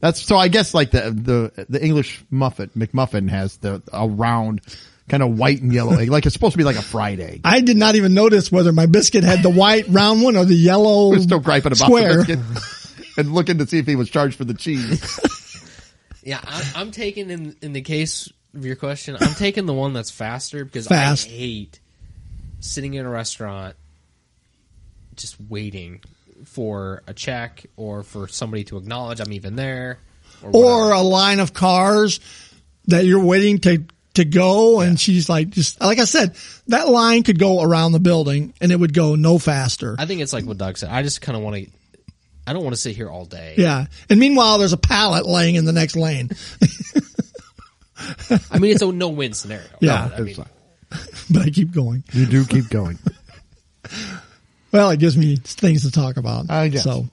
[SPEAKER 1] That's so I guess like the the the English muffin McMuffin has the a round kind of white and yellow egg. Like it's supposed to be like a fried egg.
[SPEAKER 2] I did not even notice whether my biscuit had the white round one or the yellow
[SPEAKER 1] We're still griping about
[SPEAKER 2] square.
[SPEAKER 1] the biscuit [LAUGHS] and looking to see if he was charged for the cheese.
[SPEAKER 3] yeah, I, I'm taking in in the case of your question, I'm taking the one that's faster because
[SPEAKER 2] Fast.
[SPEAKER 3] I hate sitting in a restaurant just waiting for a check or for somebody to acknowledge I'm even there.
[SPEAKER 2] Or
[SPEAKER 3] whatever.
[SPEAKER 2] a line of cars that you're waiting to to go, and she's like, just like I said, that line could go around the building, and it would go no faster.
[SPEAKER 3] I think it's like what Doug said. I just kind of want to. I don't want to sit here all day.
[SPEAKER 2] yeah, and meanwhile, there's a pallet laying in the next lane. [LAUGHS]
[SPEAKER 3] I mean, it's a no-win scenario.
[SPEAKER 2] Yeah.
[SPEAKER 3] No, I mean,
[SPEAKER 2] but I keep going.
[SPEAKER 1] you do keep going.
[SPEAKER 2] Well, it gives me things to talk about.
[SPEAKER 1] I guess.
[SPEAKER 2] So,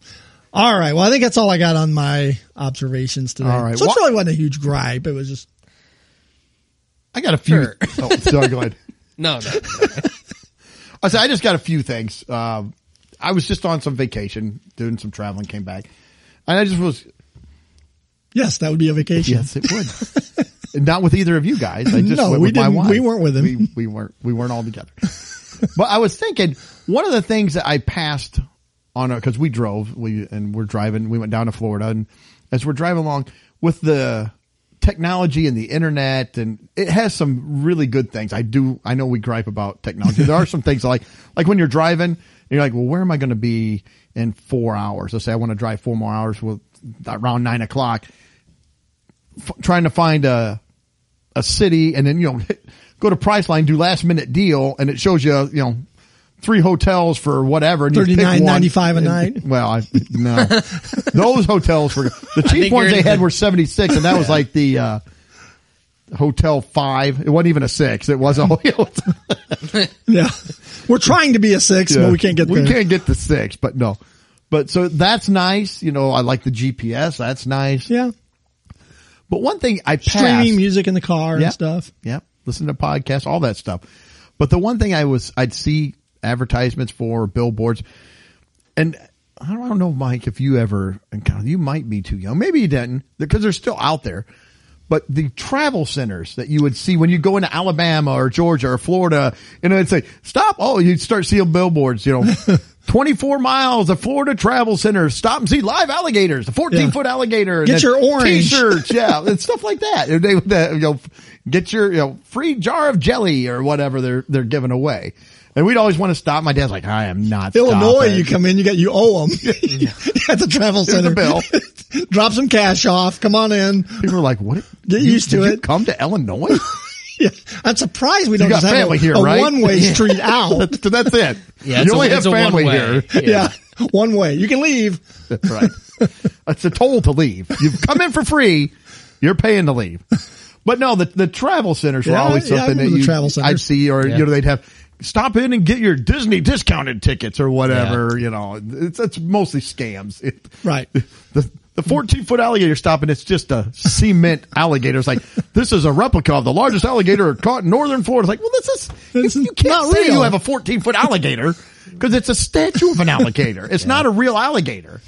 [SPEAKER 2] all right. Well, I think that's all I got on my observations today.
[SPEAKER 1] All right.
[SPEAKER 2] So it
[SPEAKER 1] Wha-
[SPEAKER 2] really wasn't a huge gripe. It was just
[SPEAKER 1] I got a few.
[SPEAKER 3] Sure.
[SPEAKER 1] [LAUGHS] Oh, sorry, go ahead.
[SPEAKER 3] no, no.
[SPEAKER 1] I said I just got a few things. Um, I was just on some vacation, doing some traveling, came back, and I just was
[SPEAKER 2] yes, that would be a vacation.
[SPEAKER 1] Yes, it would. And Not with either of you guys. I just
[SPEAKER 2] No,
[SPEAKER 1] went
[SPEAKER 2] we
[SPEAKER 1] with my
[SPEAKER 2] didn't-
[SPEAKER 1] wife.
[SPEAKER 2] we weren't with him.
[SPEAKER 1] We, we weren't. We weren't all together. but I was thinking one of the things that I passed on because we drove. We and we're driving. We went down to Florida, and as we're driving along with the technology and the internet and it has some really good things i do i know we gripe about technology there are some things like like when you're driving and you're like well where am i going to be in four hours let's say i want to drive four more hours well around nine o'clock f- trying to find a a city and then you know [LAUGHS] go to Priceline do last minute deal and it shows you you know three hotels for whatever and you pick one.
[SPEAKER 2] $39.95 a
[SPEAKER 1] And-
[SPEAKER 2] night.
[SPEAKER 1] [LAUGHS] Well, I
[SPEAKER 2] [LAUGHS]
[SPEAKER 1] no those hotels were the cheap
[SPEAKER 3] think
[SPEAKER 1] ones
[SPEAKER 3] you're
[SPEAKER 1] they
[SPEAKER 3] in
[SPEAKER 1] had
[SPEAKER 3] the-
[SPEAKER 1] were seventy six and that was like the. uh Hotel five. It wasn't even a six. It was a [LAUGHS]
[SPEAKER 2] [LAUGHS]
[SPEAKER 1] hotel.
[SPEAKER 2] Yeah. [LAUGHS] We're trying to be a six, but we can't get
[SPEAKER 1] We
[SPEAKER 2] there.
[SPEAKER 1] can't get the six, but no. But so that's nice. You know, I like the GPS. That's nice.
[SPEAKER 2] Yeah.
[SPEAKER 1] But one thing I passed.
[SPEAKER 2] Streaming music in the car
[SPEAKER 1] Yeah.
[SPEAKER 2] and stuff.
[SPEAKER 1] Yep. Listen to podcasts, all that stuff. But the one thing I was, I'd see advertisements for billboards and I don't, I don't know, Mike, if you ever encountered, you might be too young. Maybe you didn't because they're still out there. But the travel centers that you would see when you go into Alabama or Georgia or Florida, and it'd say, stop. Oh, you'd start seeing billboards, you
[SPEAKER 2] [LAUGHS]
[SPEAKER 1] know, 24 miles, the Florida travel center, stop and see live alligators, the 14
[SPEAKER 2] Yeah.
[SPEAKER 1] foot alligator. and then
[SPEAKER 2] Get your orange.
[SPEAKER 1] T-shirt shirts, yeah, and stuff like that. They, they, you know, get your you know free jar of jelly or whatever they're they're giving away. And we'd always want to stop. My dad's like, I am not
[SPEAKER 2] Illinois,
[SPEAKER 1] stopping.
[SPEAKER 2] you come in, you got you
[SPEAKER 1] [LAUGHS]
[SPEAKER 2] owe [LAUGHS] them at the travel
[SPEAKER 1] Here's
[SPEAKER 2] center.
[SPEAKER 1] the bill.
[SPEAKER 2] [LAUGHS] Drop some cash off. Come on in.
[SPEAKER 1] People are like, what?
[SPEAKER 2] Get
[SPEAKER 1] You-
[SPEAKER 2] used to
[SPEAKER 1] did you
[SPEAKER 2] it.
[SPEAKER 1] come to Illinois?
[SPEAKER 2] [LAUGHS] Yeah. I'm surprised we don't
[SPEAKER 1] got
[SPEAKER 2] just have
[SPEAKER 1] family
[SPEAKER 2] a,
[SPEAKER 1] here,
[SPEAKER 2] a
[SPEAKER 1] right? [LAUGHS]
[SPEAKER 2] one-way street out.
[SPEAKER 1] that's, that's it.
[SPEAKER 3] Yeah, it's
[SPEAKER 1] you
[SPEAKER 3] a-
[SPEAKER 1] only have
[SPEAKER 3] it's a
[SPEAKER 1] family
[SPEAKER 3] one-way.
[SPEAKER 1] here.
[SPEAKER 2] Yeah. One way. You can leave.
[SPEAKER 1] That's [LAUGHS] right. it's a toll to leave. You've come in for free. You're paying to leave. But no, the the travel centers were
[SPEAKER 2] Yeah,
[SPEAKER 1] always
[SPEAKER 2] yeah, I
[SPEAKER 1] something that
[SPEAKER 2] remember the
[SPEAKER 1] you,
[SPEAKER 2] travel centers.
[SPEAKER 1] I'd see, or
[SPEAKER 3] Yeah.
[SPEAKER 1] you know, they'd have stop in and get your Disney discounted tickets or whatever. You know, it's, it's mostly scams. It-
[SPEAKER 2] Right.
[SPEAKER 1] The the fourteen foot alligator stop, and it's just a cement alligator. It's like this is a replica of the largest alligator caught in northern Florida. It's like, well, this is
[SPEAKER 2] This
[SPEAKER 1] you,
[SPEAKER 2] is
[SPEAKER 1] you can't
[SPEAKER 2] not
[SPEAKER 1] say you
[SPEAKER 2] real.
[SPEAKER 1] have a fourteen foot alligator because it's a statue of an alligator.
[SPEAKER 2] [LAUGHS]
[SPEAKER 1] It's not a real alligator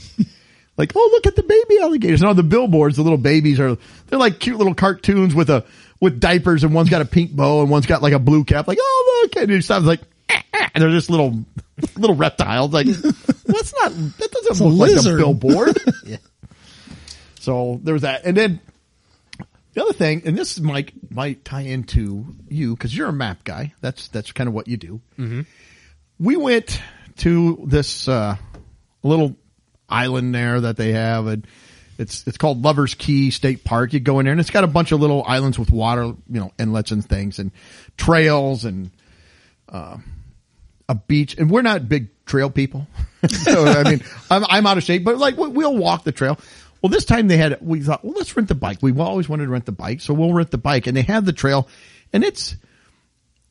[SPEAKER 1] like, oh, look at the baby alligators. And on the billboards, the little babies are, they're like cute little cartoons with a, with diapers and one's got a pink bow and one's got like a blue cap. Like, oh, look. And it sounds like, [LAUGHS] "Eh, eh," and they're just little, [LAUGHS] little reptiles.
[SPEAKER 2] [LAUGHS]
[SPEAKER 1] Like, that's not, that doesn't
[SPEAKER 2] a
[SPEAKER 1] look like a
[SPEAKER 2] lizard. [LAUGHS]
[SPEAKER 1] billboard. So there was that. And then the other thing, and this might, might tie into you because you're a map guy. That's, that's kind of what you do we went to this uh, little island there that they have, and it's it's called Lovers Key State Park. You go in there, and it's got a bunch of little islands with water, you know, inlets and things, and trails, and uh, a beach. And we're not big trail people, [LAUGHS] so I mean, I'm, I'm out of shape, but like we, we'll walk the trail. Well, this time they had we thought, well, let's rent the bike. We always wanted to rent the bike, so we'll rent the bike, and they had the trail, and it's.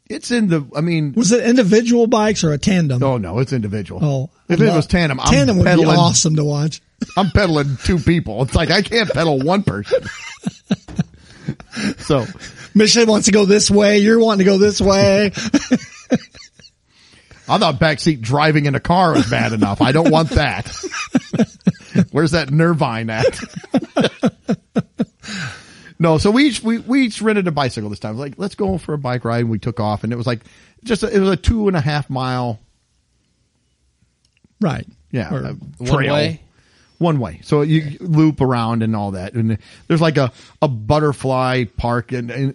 [SPEAKER 1] It's in the, I mean,
[SPEAKER 2] Was it individual bikes or a tandem?
[SPEAKER 1] Oh no, it's individual.
[SPEAKER 2] Oh,
[SPEAKER 1] if
[SPEAKER 2] I
[SPEAKER 1] it
[SPEAKER 2] love-
[SPEAKER 1] was tandem, I'm
[SPEAKER 2] tandem would be
[SPEAKER 1] peddling,
[SPEAKER 2] awesome to watch. [LAUGHS]
[SPEAKER 1] I'm peddling two people. It's like I can't pedal one person. so,
[SPEAKER 2] Michelin wants to go this way. You're wanting to go this way. [LAUGHS]
[SPEAKER 1] I thought backseat driving in a car was bad enough. I don't want that. Where's that Nervine at? no, so we each we, we each rented a bicycle this time. Like, let's go for a bike ride. And we took off, and it was like just a, it was a two and a half mile
[SPEAKER 2] right.
[SPEAKER 1] yeah
[SPEAKER 2] Or-
[SPEAKER 1] uh,
[SPEAKER 3] One way?
[SPEAKER 1] one way so you loop around and all that and there's like a a butterfly park and, and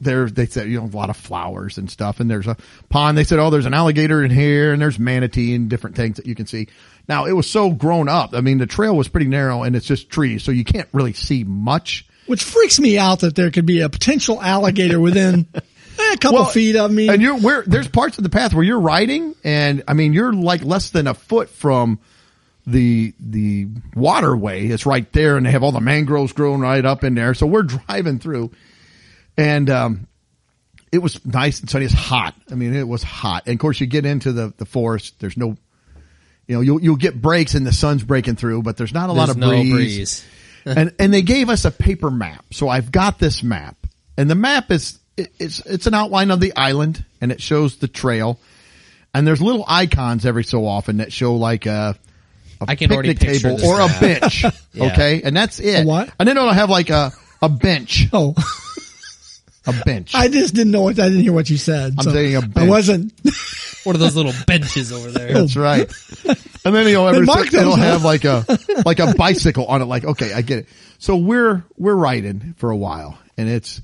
[SPEAKER 1] there they said you know a lot of flowers and stuff and there's a pond they said oh there's an alligator in here and there's manatee and different things that you can see now it was so grown up i mean the trail was pretty narrow and it's just trees so you can't really see much
[SPEAKER 2] which freaks me out that there could be a potential
[SPEAKER 1] [LAUGHS]
[SPEAKER 2] alligator within eh, a couple feet of me.
[SPEAKER 1] And you're where there's parts of the path where you're riding, and I mean you're like less than a foot from the the waterway. It's right there, and they have all the mangroves growing right up in there. So we're [LAUGHS] driving through, and um, it was nice and sunny. It's hot. I mean, it was hot. And of course, you get into the the forest. There's no, you know, you'll you'll get breaks, and the sun's breaking through, but there's not a lot
[SPEAKER 3] There's
[SPEAKER 1] of
[SPEAKER 3] no
[SPEAKER 1] breeze.
[SPEAKER 3] breeze. [LAUGHS]
[SPEAKER 1] and and they gave us a paper map. So I've got this map, and the map is it, it's it's an outline of the island, and it shows the trail. And there's little icons every so often that show like a, a
[SPEAKER 3] I can already
[SPEAKER 1] picnic
[SPEAKER 3] picture
[SPEAKER 1] table
[SPEAKER 3] this
[SPEAKER 1] or
[SPEAKER 3] map.
[SPEAKER 1] a bench.
[SPEAKER 3] [LAUGHS] Yeah.
[SPEAKER 1] Okay, and that's it.
[SPEAKER 2] A what?
[SPEAKER 1] And then it'll have like a a
[SPEAKER 2] [LAUGHS]
[SPEAKER 1] bench,
[SPEAKER 2] oh,
[SPEAKER 1] a bench.
[SPEAKER 2] I just didn't know what I didn't hear what you said.
[SPEAKER 1] I'm
[SPEAKER 2] so
[SPEAKER 1] saying a
[SPEAKER 2] I
[SPEAKER 1] bench.
[SPEAKER 2] wasn't. [LAUGHS]
[SPEAKER 3] One of those little benches over there.
[SPEAKER 1] That's right. And then you'll ever
[SPEAKER 2] mark
[SPEAKER 1] it'll
[SPEAKER 2] those, huh?
[SPEAKER 1] have like a like a bicycle on it. Like okay, I get it. So we're we're riding for a while, and it's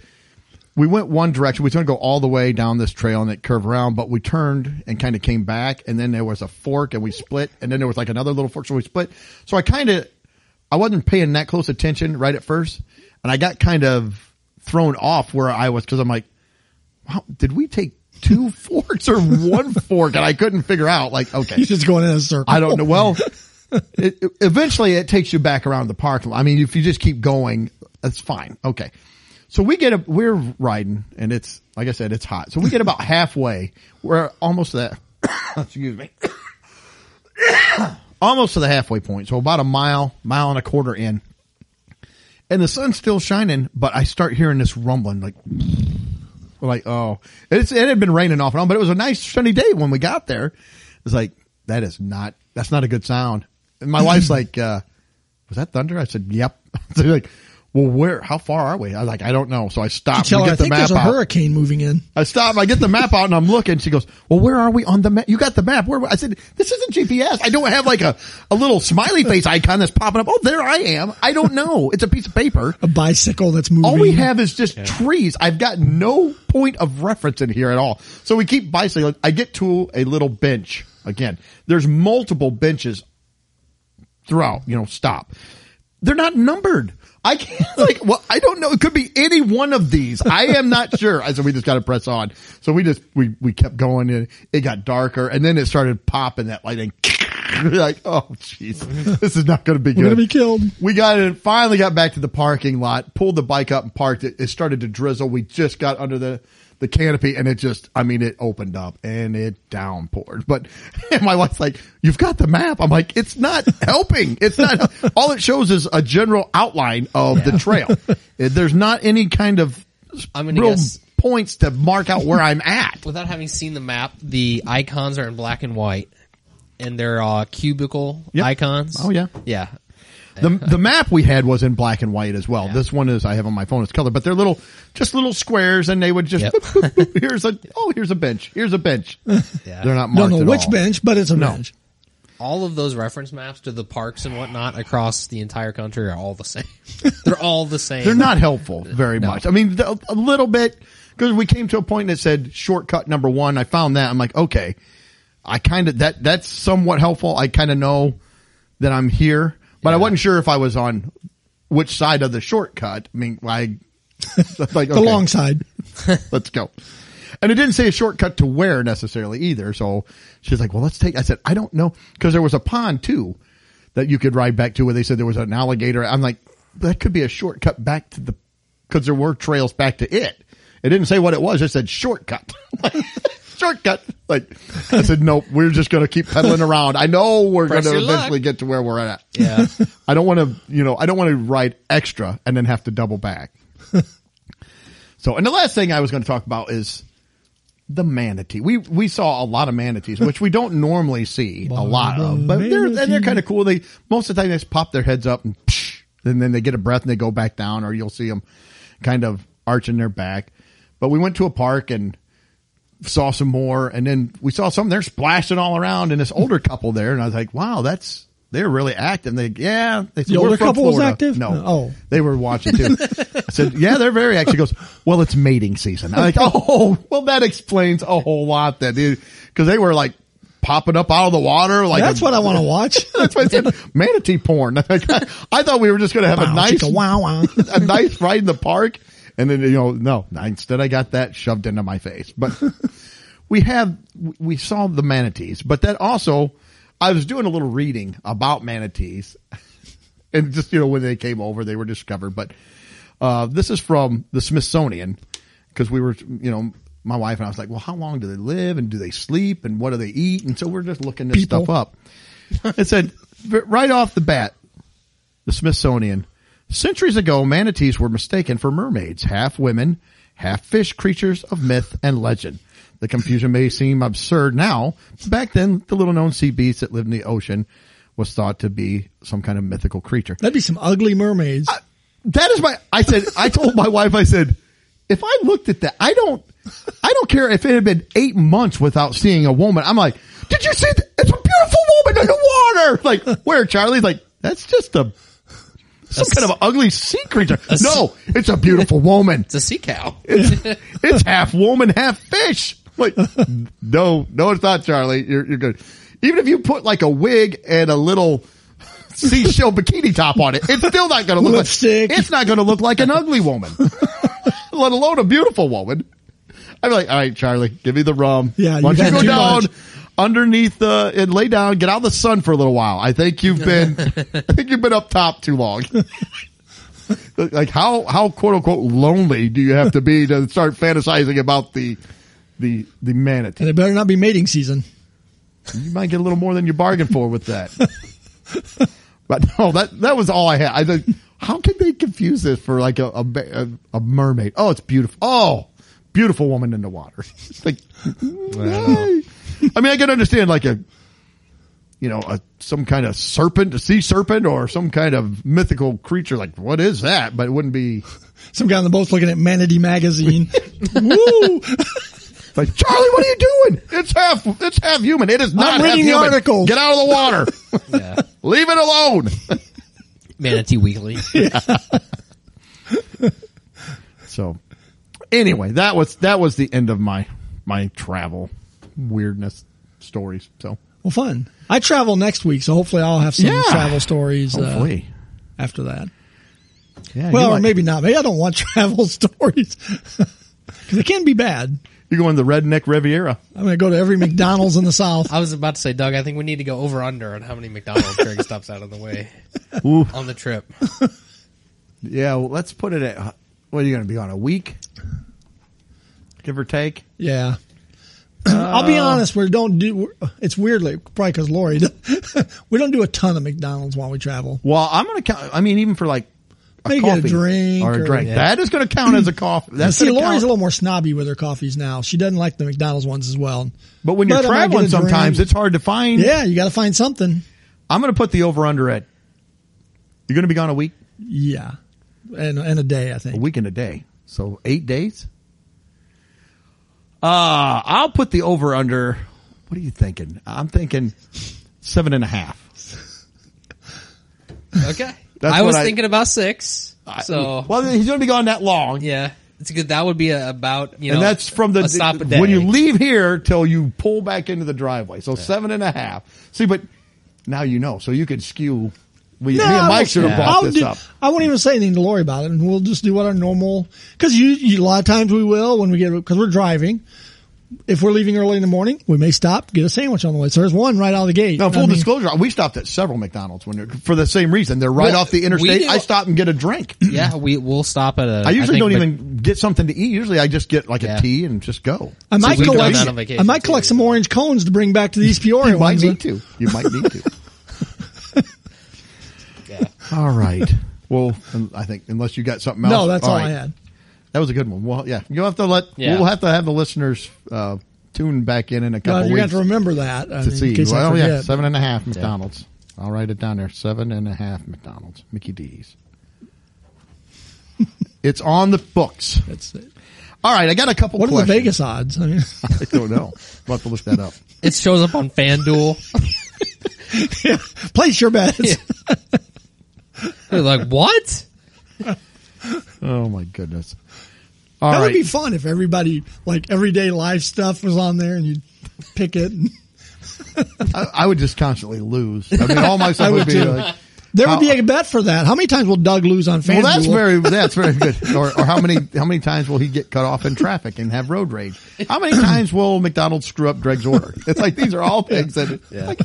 [SPEAKER 1] we went one direction. We was going to go all the way down this trail and it curved around, but we turned and kind of came back, and then there was a fork, and we split, and then there was like another little fork, so we split. So I kind of I wasn't paying that close attention right at first, and I got kind of thrown off where I was because I'm like, wow, did we take two [LAUGHS] forks or one fork? And I couldn't figure out. Like, okay,
[SPEAKER 2] He's just going in a circle.
[SPEAKER 1] I don't know. Well, it, it- eventually it takes you back around the parking lot. I mean, if you just keep going, that's fine. Okay. So we get a, we're riding and it's, like I said, it's hot. So we get about halfway. We're almost there. [COUGHS] Excuse me. [COUGHS] almost to the halfway point. So about a mile, mile and a quarter in. And the sun's still shining, but I start hearing this rumbling like, we're like, oh, it's, it had been raining off and on, but it was a nice sunny day when we got there. It's like, that is not, that's not a good sound. And my
[SPEAKER 2] [LAUGHS]
[SPEAKER 1] wife's like, uh, was that thunder? I said, yep. [LAUGHS] So she's like, well, where, how far are we? I was like, I don't know. So I stopped.
[SPEAKER 2] Tell
[SPEAKER 1] we get
[SPEAKER 2] her I
[SPEAKER 1] the
[SPEAKER 2] think
[SPEAKER 1] map
[SPEAKER 2] there's a
[SPEAKER 1] out.
[SPEAKER 2] hurricane moving in.
[SPEAKER 1] I stop. I get the map out and I'm looking. She goes, "Well, where are we on the map? You got the map? Where?" I said, "This isn't GPS. I don't have like a a little smiley face icon that's popping up. Oh, there I am. I don't know. It's a piece of paper.
[SPEAKER 2] A bicycle that's moving.
[SPEAKER 1] All we have is just trees. I've got no point of reference in here at all. So we keep bicycling. I get to a little bench again. There's multiple benches throughout. You know, stop. They're not numbered. I can't [LAUGHS] like. Well, I don't know. It could be any one of these. I am not [LAUGHS] sure. I said we just got to press on. So we just we we kept going. And it got darker, and then it started popping that lightning. [LAUGHS] like, oh jeez, this is not going to be good.
[SPEAKER 2] gonna be killed.
[SPEAKER 1] We got it. Finally, got back to the parking lot. Pulled the bike up and parked it. It started to drizzle. We just got under the the canopy, and it just. I mean, it opened up and it downpoured. But [LAUGHS] and my wife's like, "You've got the map." I'm like, "It's not [LAUGHS] helping. It's not. [LAUGHS] All it shows is a general outline of the
[SPEAKER 3] [LAUGHS]
[SPEAKER 1] trail. There's not any kind of
[SPEAKER 3] I'm gonna
[SPEAKER 1] real
[SPEAKER 3] guess-
[SPEAKER 1] points to mark out where I'm at."
[SPEAKER 3] Without having seen the map, the icons are in black and white, and they're uh, cubicle
[SPEAKER 1] Yep.
[SPEAKER 3] icons.
[SPEAKER 1] Oh, yeah.
[SPEAKER 3] yeah. [LAUGHS]
[SPEAKER 1] the the map we had was in black and white as well. This one is I have on my phone. It's color, but they're little, just little squares, and they would just
[SPEAKER 3] Yep.
[SPEAKER 1] boop, boop, boop, [LAUGHS] here's a oh here's a bench, here's a bench.
[SPEAKER 3] [LAUGHS] Yeah.
[SPEAKER 1] They're not
[SPEAKER 2] Don't
[SPEAKER 1] marked
[SPEAKER 2] know
[SPEAKER 1] at
[SPEAKER 2] which
[SPEAKER 1] all.
[SPEAKER 2] bench, but it's a bench.
[SPEAKER 3] All of those reference maps to the parks and whatnot across the entire country are all the same. [LAUGHS] they're all the same.
[SPEAKER 1] They're not helpful very much. I mean, th- a little bit because we came to a point that said shortcut number one. I found that I'm like okay, I kind of that that's somewhat helpful. I kind of know that I'm here, but I wasn't sure if I was on which side of the shortcut. I mean,
[SPEAKER 2] [LAUGHS]
[SPEAKER 1] like. like
[SPEAKER 2] The long side.
[SPEAKER 1] [LAUGHS] let's go. And it didn't say a shortcut to where necessarily either. So she's like, well, let's take, I said, I don't know. Cause there was a pond too that you could ride back to where they said there was an alligator. I'm like, that could be a shortcut back to the, cause there were trails back to it. It didn't say what it was. It said shortcut. [LAUGHS] shortcut. Like I said, nope, we're just going to keep pedaling around. I know we're going
[SPEAKER 3] Press
[SPEAKER 1] to
[SPEAKER 3] your luck.
[SPEAKER 1] eventually get to where we're at.
[SPEAKER 3] [LAUGHS] Yeah.
[SPEAKER 1] [LAUGHS] I don't want to, you know, I don't want to ride extra and then have to double back. so, and the last thing I was going to talk about is the manatee. We we saw a lot of manatees, which we don't normally see a lot of, but they're and they're kind of cool. They most of the time they just pop their heads up and, psh, and then they get a breath and they go back down, or you'll see them kind of arching their back. But we went to a park and saw some more and then we saw some they're splashing all around and this older couple there and I was like, wow, that's they're really active. They yeah, they said,
[SPEAKER 2] The
[SPEAKER 1] "We're
[SPEAKER 2] older
[SPEAKER 1] from
[SPEAKER 2] couple was
[SPEAKER 1] Florida."
[SPEAKER 2] active?
[SPEAKER 1] No,
[SPEAKER 2] Oh.
[SPEAKER 1] they were watching too. I said, yeah, they're very active. She goes, well, it's mating season. I'm
[SPEAKER 2] [LAUGHS]
[SPEAKER 1] like, oh, well, that explains a whole lot then, because they were like popping up out of the water. Like
[SPEAKER 2] That's
[SPEAKER 1] a-
[SPEAKER 2] what I want to watch.
[SPEAKER 1] [LAUGHS]
[SPEAKER 2] Oh,
[SPEAKER 1] That's why I
[SPEAKER 2] [LAUGHS]
[SPEAKER 1] said manatee porn. [LAUGHS] I thought we were just going to have a
[SPEAKER 2] Wow,
[SPEAKER 1] nice
[SPEAKER 2] chicka wow wow.
[SPEAKER 1] [LAUGHS] a nice ride in the park. And then, you know, no, instead I got that shoved into my face. But we have, we saw the manatees, but that also, I was doing a little reading about manatees [LAUGHS] and just, you know, when they came over, they were discovered. But, uh, this is from the Smithsonian because we were, you know, my wife and I was like, well, how long do they live and do they sleep and what do they eat? And so we're just looking this
[SPEAKER 2] People.
[SPEAKER 1] stuff up. It said [LAUGHS] right off the bat, the Smithsonian. Centuries ago, manatees were mistaken for mermaids, half women, half fish creatures of myth and legend. The confusion may seem absurd now. but Back then, the little known sea beast that lived in the ocean was thought to be some kind of mythical creature.
[SPEAKER 2] That'd be some ugly mermaids.
[SPEAKER 1] That is my, I said, I told my wife, I said, if I looked at that, I don't, I don't care if it had been eight months without seeing a woman. I'm like, did you see, th- it's a beautiful woman in the water. Like, where Charlie's like, that's just a, some kind of ugly sea creature. No, it's a beautiful woman.
[SPEAKER 3] It's a
[SPEAKER 1] [LAUGHS]
[SPEAKER 3] sea cow.
[SPEAKER 1] It's, it's half woman, half fish. Like, no, no, it's not, Charlie. You're, you're good. Even if you put like a wig and a little seashell bikini top on it. It's still not going to look
[SPEAKER 2] Lipstick.
[SPEAKER 1] like it's not going to look like an ugly woman, [LAUGHS] let alone a beautiful woman. I'd be like, all right, Charlie, give me the rum.
[SPEAKER 2] Yeah,
[SPEAKER 1] why
[SPEAKER 2] you've
[SPEAKER 1] don't you
[SPEAKER 2] had
[SPEAKER 1] go
[SPEAKER 2] too
[SPEAKER 1] down
[SPEAKER 2] much.
[SPEAKER 1] underneath the and lay down, get out in the sun for a little while. I think
[SPEAKER 2] [LAUGHS]
[SPEAKER 1] you've been, I think you've been up top too long. like how how quote unquote lonely do you have to be to start fantasizing about the the the manatee?
[SPEAKER 2] And it better not be mating season.
[SPEAKER 1] you might get a little more than you bargained for with that. but no, that that was all I had. I think how could they confuse this for like a a, ba- a, a mermaid? Oh, it's beautiful. Oh, beautiful woman in the water. [LAUGHS] It's like, yay. I mean, I can understand like a you know a some kind of serpent, a sea serpent, or some kind of mythical creature. Like, what is that? But it wouldn't be
[SPEAKER 2] Some guy on the boat's looking at Manatee
[SPEAKER 1] [LAUGHS]
[SPEAKER 2] magazine. Woo!
[SPEAKER 1] like Charlie. What are you doing? It's half it's half human. It is not half
[SPEAKER 2] reading the
[SPEAKER 1] human.
[SPEAKER 2] article.
[SPEAKER 1] Get out of the water. [LAUGHS]
[SPEAKER 3] Yeah.
[SPEAKER 1] Leave it alone.
[SPEAKER 3] Manatee Weekly.
[SPEAKER 1] [LAUGHS] So anyway, that was that was the end of my my travel weirdness stories. So
[SPEAKER 2] Well, fun. I travel next week, so hopefully I'll have some
[SPEAKER 1] Yeah.
[SPEAKER 2] travel stories uh,
[SPEAKER 1] hopefully,
[SPEAKER 2] after that.
[SPEAKER 1] yeah.
[SPEAKER 2] Well,
[SPEAKER 1] you
[SPEAKER 2] or
[SPEAKER 1] like-
[SPEAKER 2] maybe not. Maybe I don't want [LAUGHS] travel stories [LAUGHS] because it can be bad.
[SPEAKER 1] you're going to the Redneck Riviera.
[SPEAKER 2] I'm going to go to every McDonald's in the South.
[SPEAKER 3] I was about to say, Doug, I think we need to go over under on how
[SPEAKER 1] [LAUGHS]
[SPEAKER 3] many McDonald's Craig stops out on the way
[SPEAKER 1] Ooh,
[SPEAKER 3] on
[SPEAKER 1] [LAUGHS]
[SPEAKER 3] the trip.
[SPEAKER 1] yeah. Well, let's put it at. What are you going to be on a week? Give or take.
[SPEAKER 2] Yeah. I'll
[SPEAKER 1] Uh,
[SPEAKER 2] be honest. We don't do. It's weirdly probably because Lori. [LAUGHS] we don't do a ton of McDonald's while we travel.
[SPEAKER 1] Well, I'm going to count. I mean, even for like a
[SPEAKER 2] Maybe get
[SPEAKER 1] coffee
[SPEAKER 2] a drink
[SPEAKER 1] or a
[SPEAKER 2] or-
[SPEAKER 1] drink.
[SPEAKER 2] Yeah.
[SPEAKER 1] That is going to count [CLEARS THROAT] as a coffee. That's
[SPEAKER 2] See,
[SPEAKER 1] gonna
[SPEAKER 2] Lori's
[SPEAKER 1] count.
[SPEAKER 2] a little more snobby with her coffees now. She doesn't like the McDonald's ones as well.
[SPEAKER 1] But when you're
[SPEAKER 2] I might
[SPEAKER 1] traveling,
[SPEAKER 2] get a drink.
[SPEAKER 1] sometimes it's hard to find.
[SPEAKER 2] yeah, you got to find something.
[SPEAKER 1] I'm going to put the over under at. You're going to be gone a week,
[SPEAKER 2] Yeah, and and a day I
[SPEAKER 1] a
[SPEAKER 2] think.
[SPEAKER 1] week and a day. So eight days. Uh, I'll put the over under. What are you thinking? I'm thinking seven and a half.
[SPEAKER 3] Okay.
[SPEAKER 1] That's
[SPEAKER 3] I was
[SPEAKER 1] what I-
[SPEAKER 3] thinking about six. So,
[SPEAKER 1] well, he's going to be gone that long.
[SPEAKER 3] yeah. It's good. That would be a, about, you know,
[SPEAKER 1] And that's from the
[SPEAKER 3] a stop a day.
[SPEAKER 1] when you leave here till you pull back into the driveway. So seven and a half. See, but now you know, so you could skew. We, me and
[SPEAKER 2] I
[SPEAKER 1] Mike
[SPEAKER 2] won't-
[SPEAKER 1] should have
[SPEAKER 2] I'll
[SPEAKER 1] brought this
[SPEAKER 2] do-
[SPEAKER 1] up.
[SPEAKER 2] I won't even say anything to Lori about it, and we'll just do what our normal. Because you, you, a lot of times we will when we get because we're driving. If we're leaving early in the morning, we may stop get a sandwich on the way. So there's one right out of the gate.
[SPEAKER 1] Now, full
[SPEAKER 2] I mean,
[SPEAKER 1] disclosure, we stopped at several McDonald's when they're, for the same reason. They're right
[SPEAKER 3] Well,
[SPEAKER 1] off the
[SPEAKER 3] we
[SPEAKER 1] interstate.
[SPEAKER 3] do-
[SPEAKER 1] I stop and get a
[SPEAKER 2] [CLEARS THROAT]
[SPEAKER 1] drink.
[SPEAKER 3] Yeah, we, we'll stop at a.
[SPEAKER 1] I usually don't
[SPEAKER 3] think Mc-
[SPEAKER 1] even get something to eat. Usually, I just get like
[SPEAKER 3] Yeah.
[SPEAKER 1] a tea and just go.
[SPEAKER 2] I might
[SPEAKER 3] So we've done
[SPEAKER 2] collect.
[SPEAKER 3] that on vacation,
[SPEAKER 2] I might
[SPEAKER 3] too.
[SPEAKER 2] collect some orange cones to bring back to the East Peoria
[SPEAKER 1] You might
[SPEAKER 2] ones.
[SPEAKER 1] need to. You might need
[SPEAKER 2] [LAUGHS]
[SPEAKER 1] to. [LAUGHS]
[SPEAKER 3] Yeah.
[SPEAKER 1] all right. Well, un- I think unless you got something else.
[SPEAKER 2] No, that's all, I
[SPEAKER 1] right.
[SPEAKER 2] had.
[SPEAKER 1] That was a good one. Well, yeah, you'll have to let.
[SPEAKER 3] Yeah.
[SPEAKER 1] We'll have to have the listeners uh, tune back in in a
[SPEAKER 2] God,
[SPEAKER 1] couple
[SPEAKER 2] you
[SPEAKER 1] weeks
[SPEAKER 2] have to remember that I
[SPEAKER 1] to
[SPEAKER 2] mean, in
[SPEAKER 1] see.
[SPEAKER 2] case I
[SPEAKER 1] Well, yeah,
[SPEAKER 2] forget.
[SPEAKER 1] seven and a half McDonald's. I'll write it down there. Seven and a half McDonald's. Mickey D's. [LAUGHS] it's on the books.
[SPEAKER 2] That's it.
[SPEAKER 1] All right, I got a couple.
[SPEAKER 2] What are the
[SPEAKER 1] questions.
[SPEAKER 2] Vegas odds? I mean, [LAUGHS]
[SPEAKER 1] [LAUGHS] I don't know. We'll have to look that up.
[SPEAKER 3] It shows up on FanDuel. [LAUGHS]
[SPEAKER 2] place
[SPEAKER 1] [LAUGHS]
[SPEAKER 2] your bets.
[SPEAKER 3] They're like, what?
[SPEAKER 1] [LAUGHS] Oh my goodness. All
[SPEAKER 2] that
[SPEAKER 1] right.
[SPEAKER 2] would be fun if everybody like everyday life stuff was on there and you would pick it.
[SPEAKER 1] I, I would just constantly lose. I mean, [LAUGHS] all my stuff would,
[SPEAKER 2] would
[SPEAKER 1] be
[SPEAKER 2] too.
[SPEAKER 1] like,
[SPEAKER 2] There would
[SPEAKER 1] How-
[SPEAKER 2] be a bet for that. How many times will Doug lose on
[SPEAKER 1] well,
[SPEAKER 2] FanDuel?
[SPEAKER 1] that's very, that's [LAUGHS] very good. Or, or how many, how many times will he get cut off in traffic and have road rage? How many times will McDonald's screw up Greg's order? It's like these are all things that like,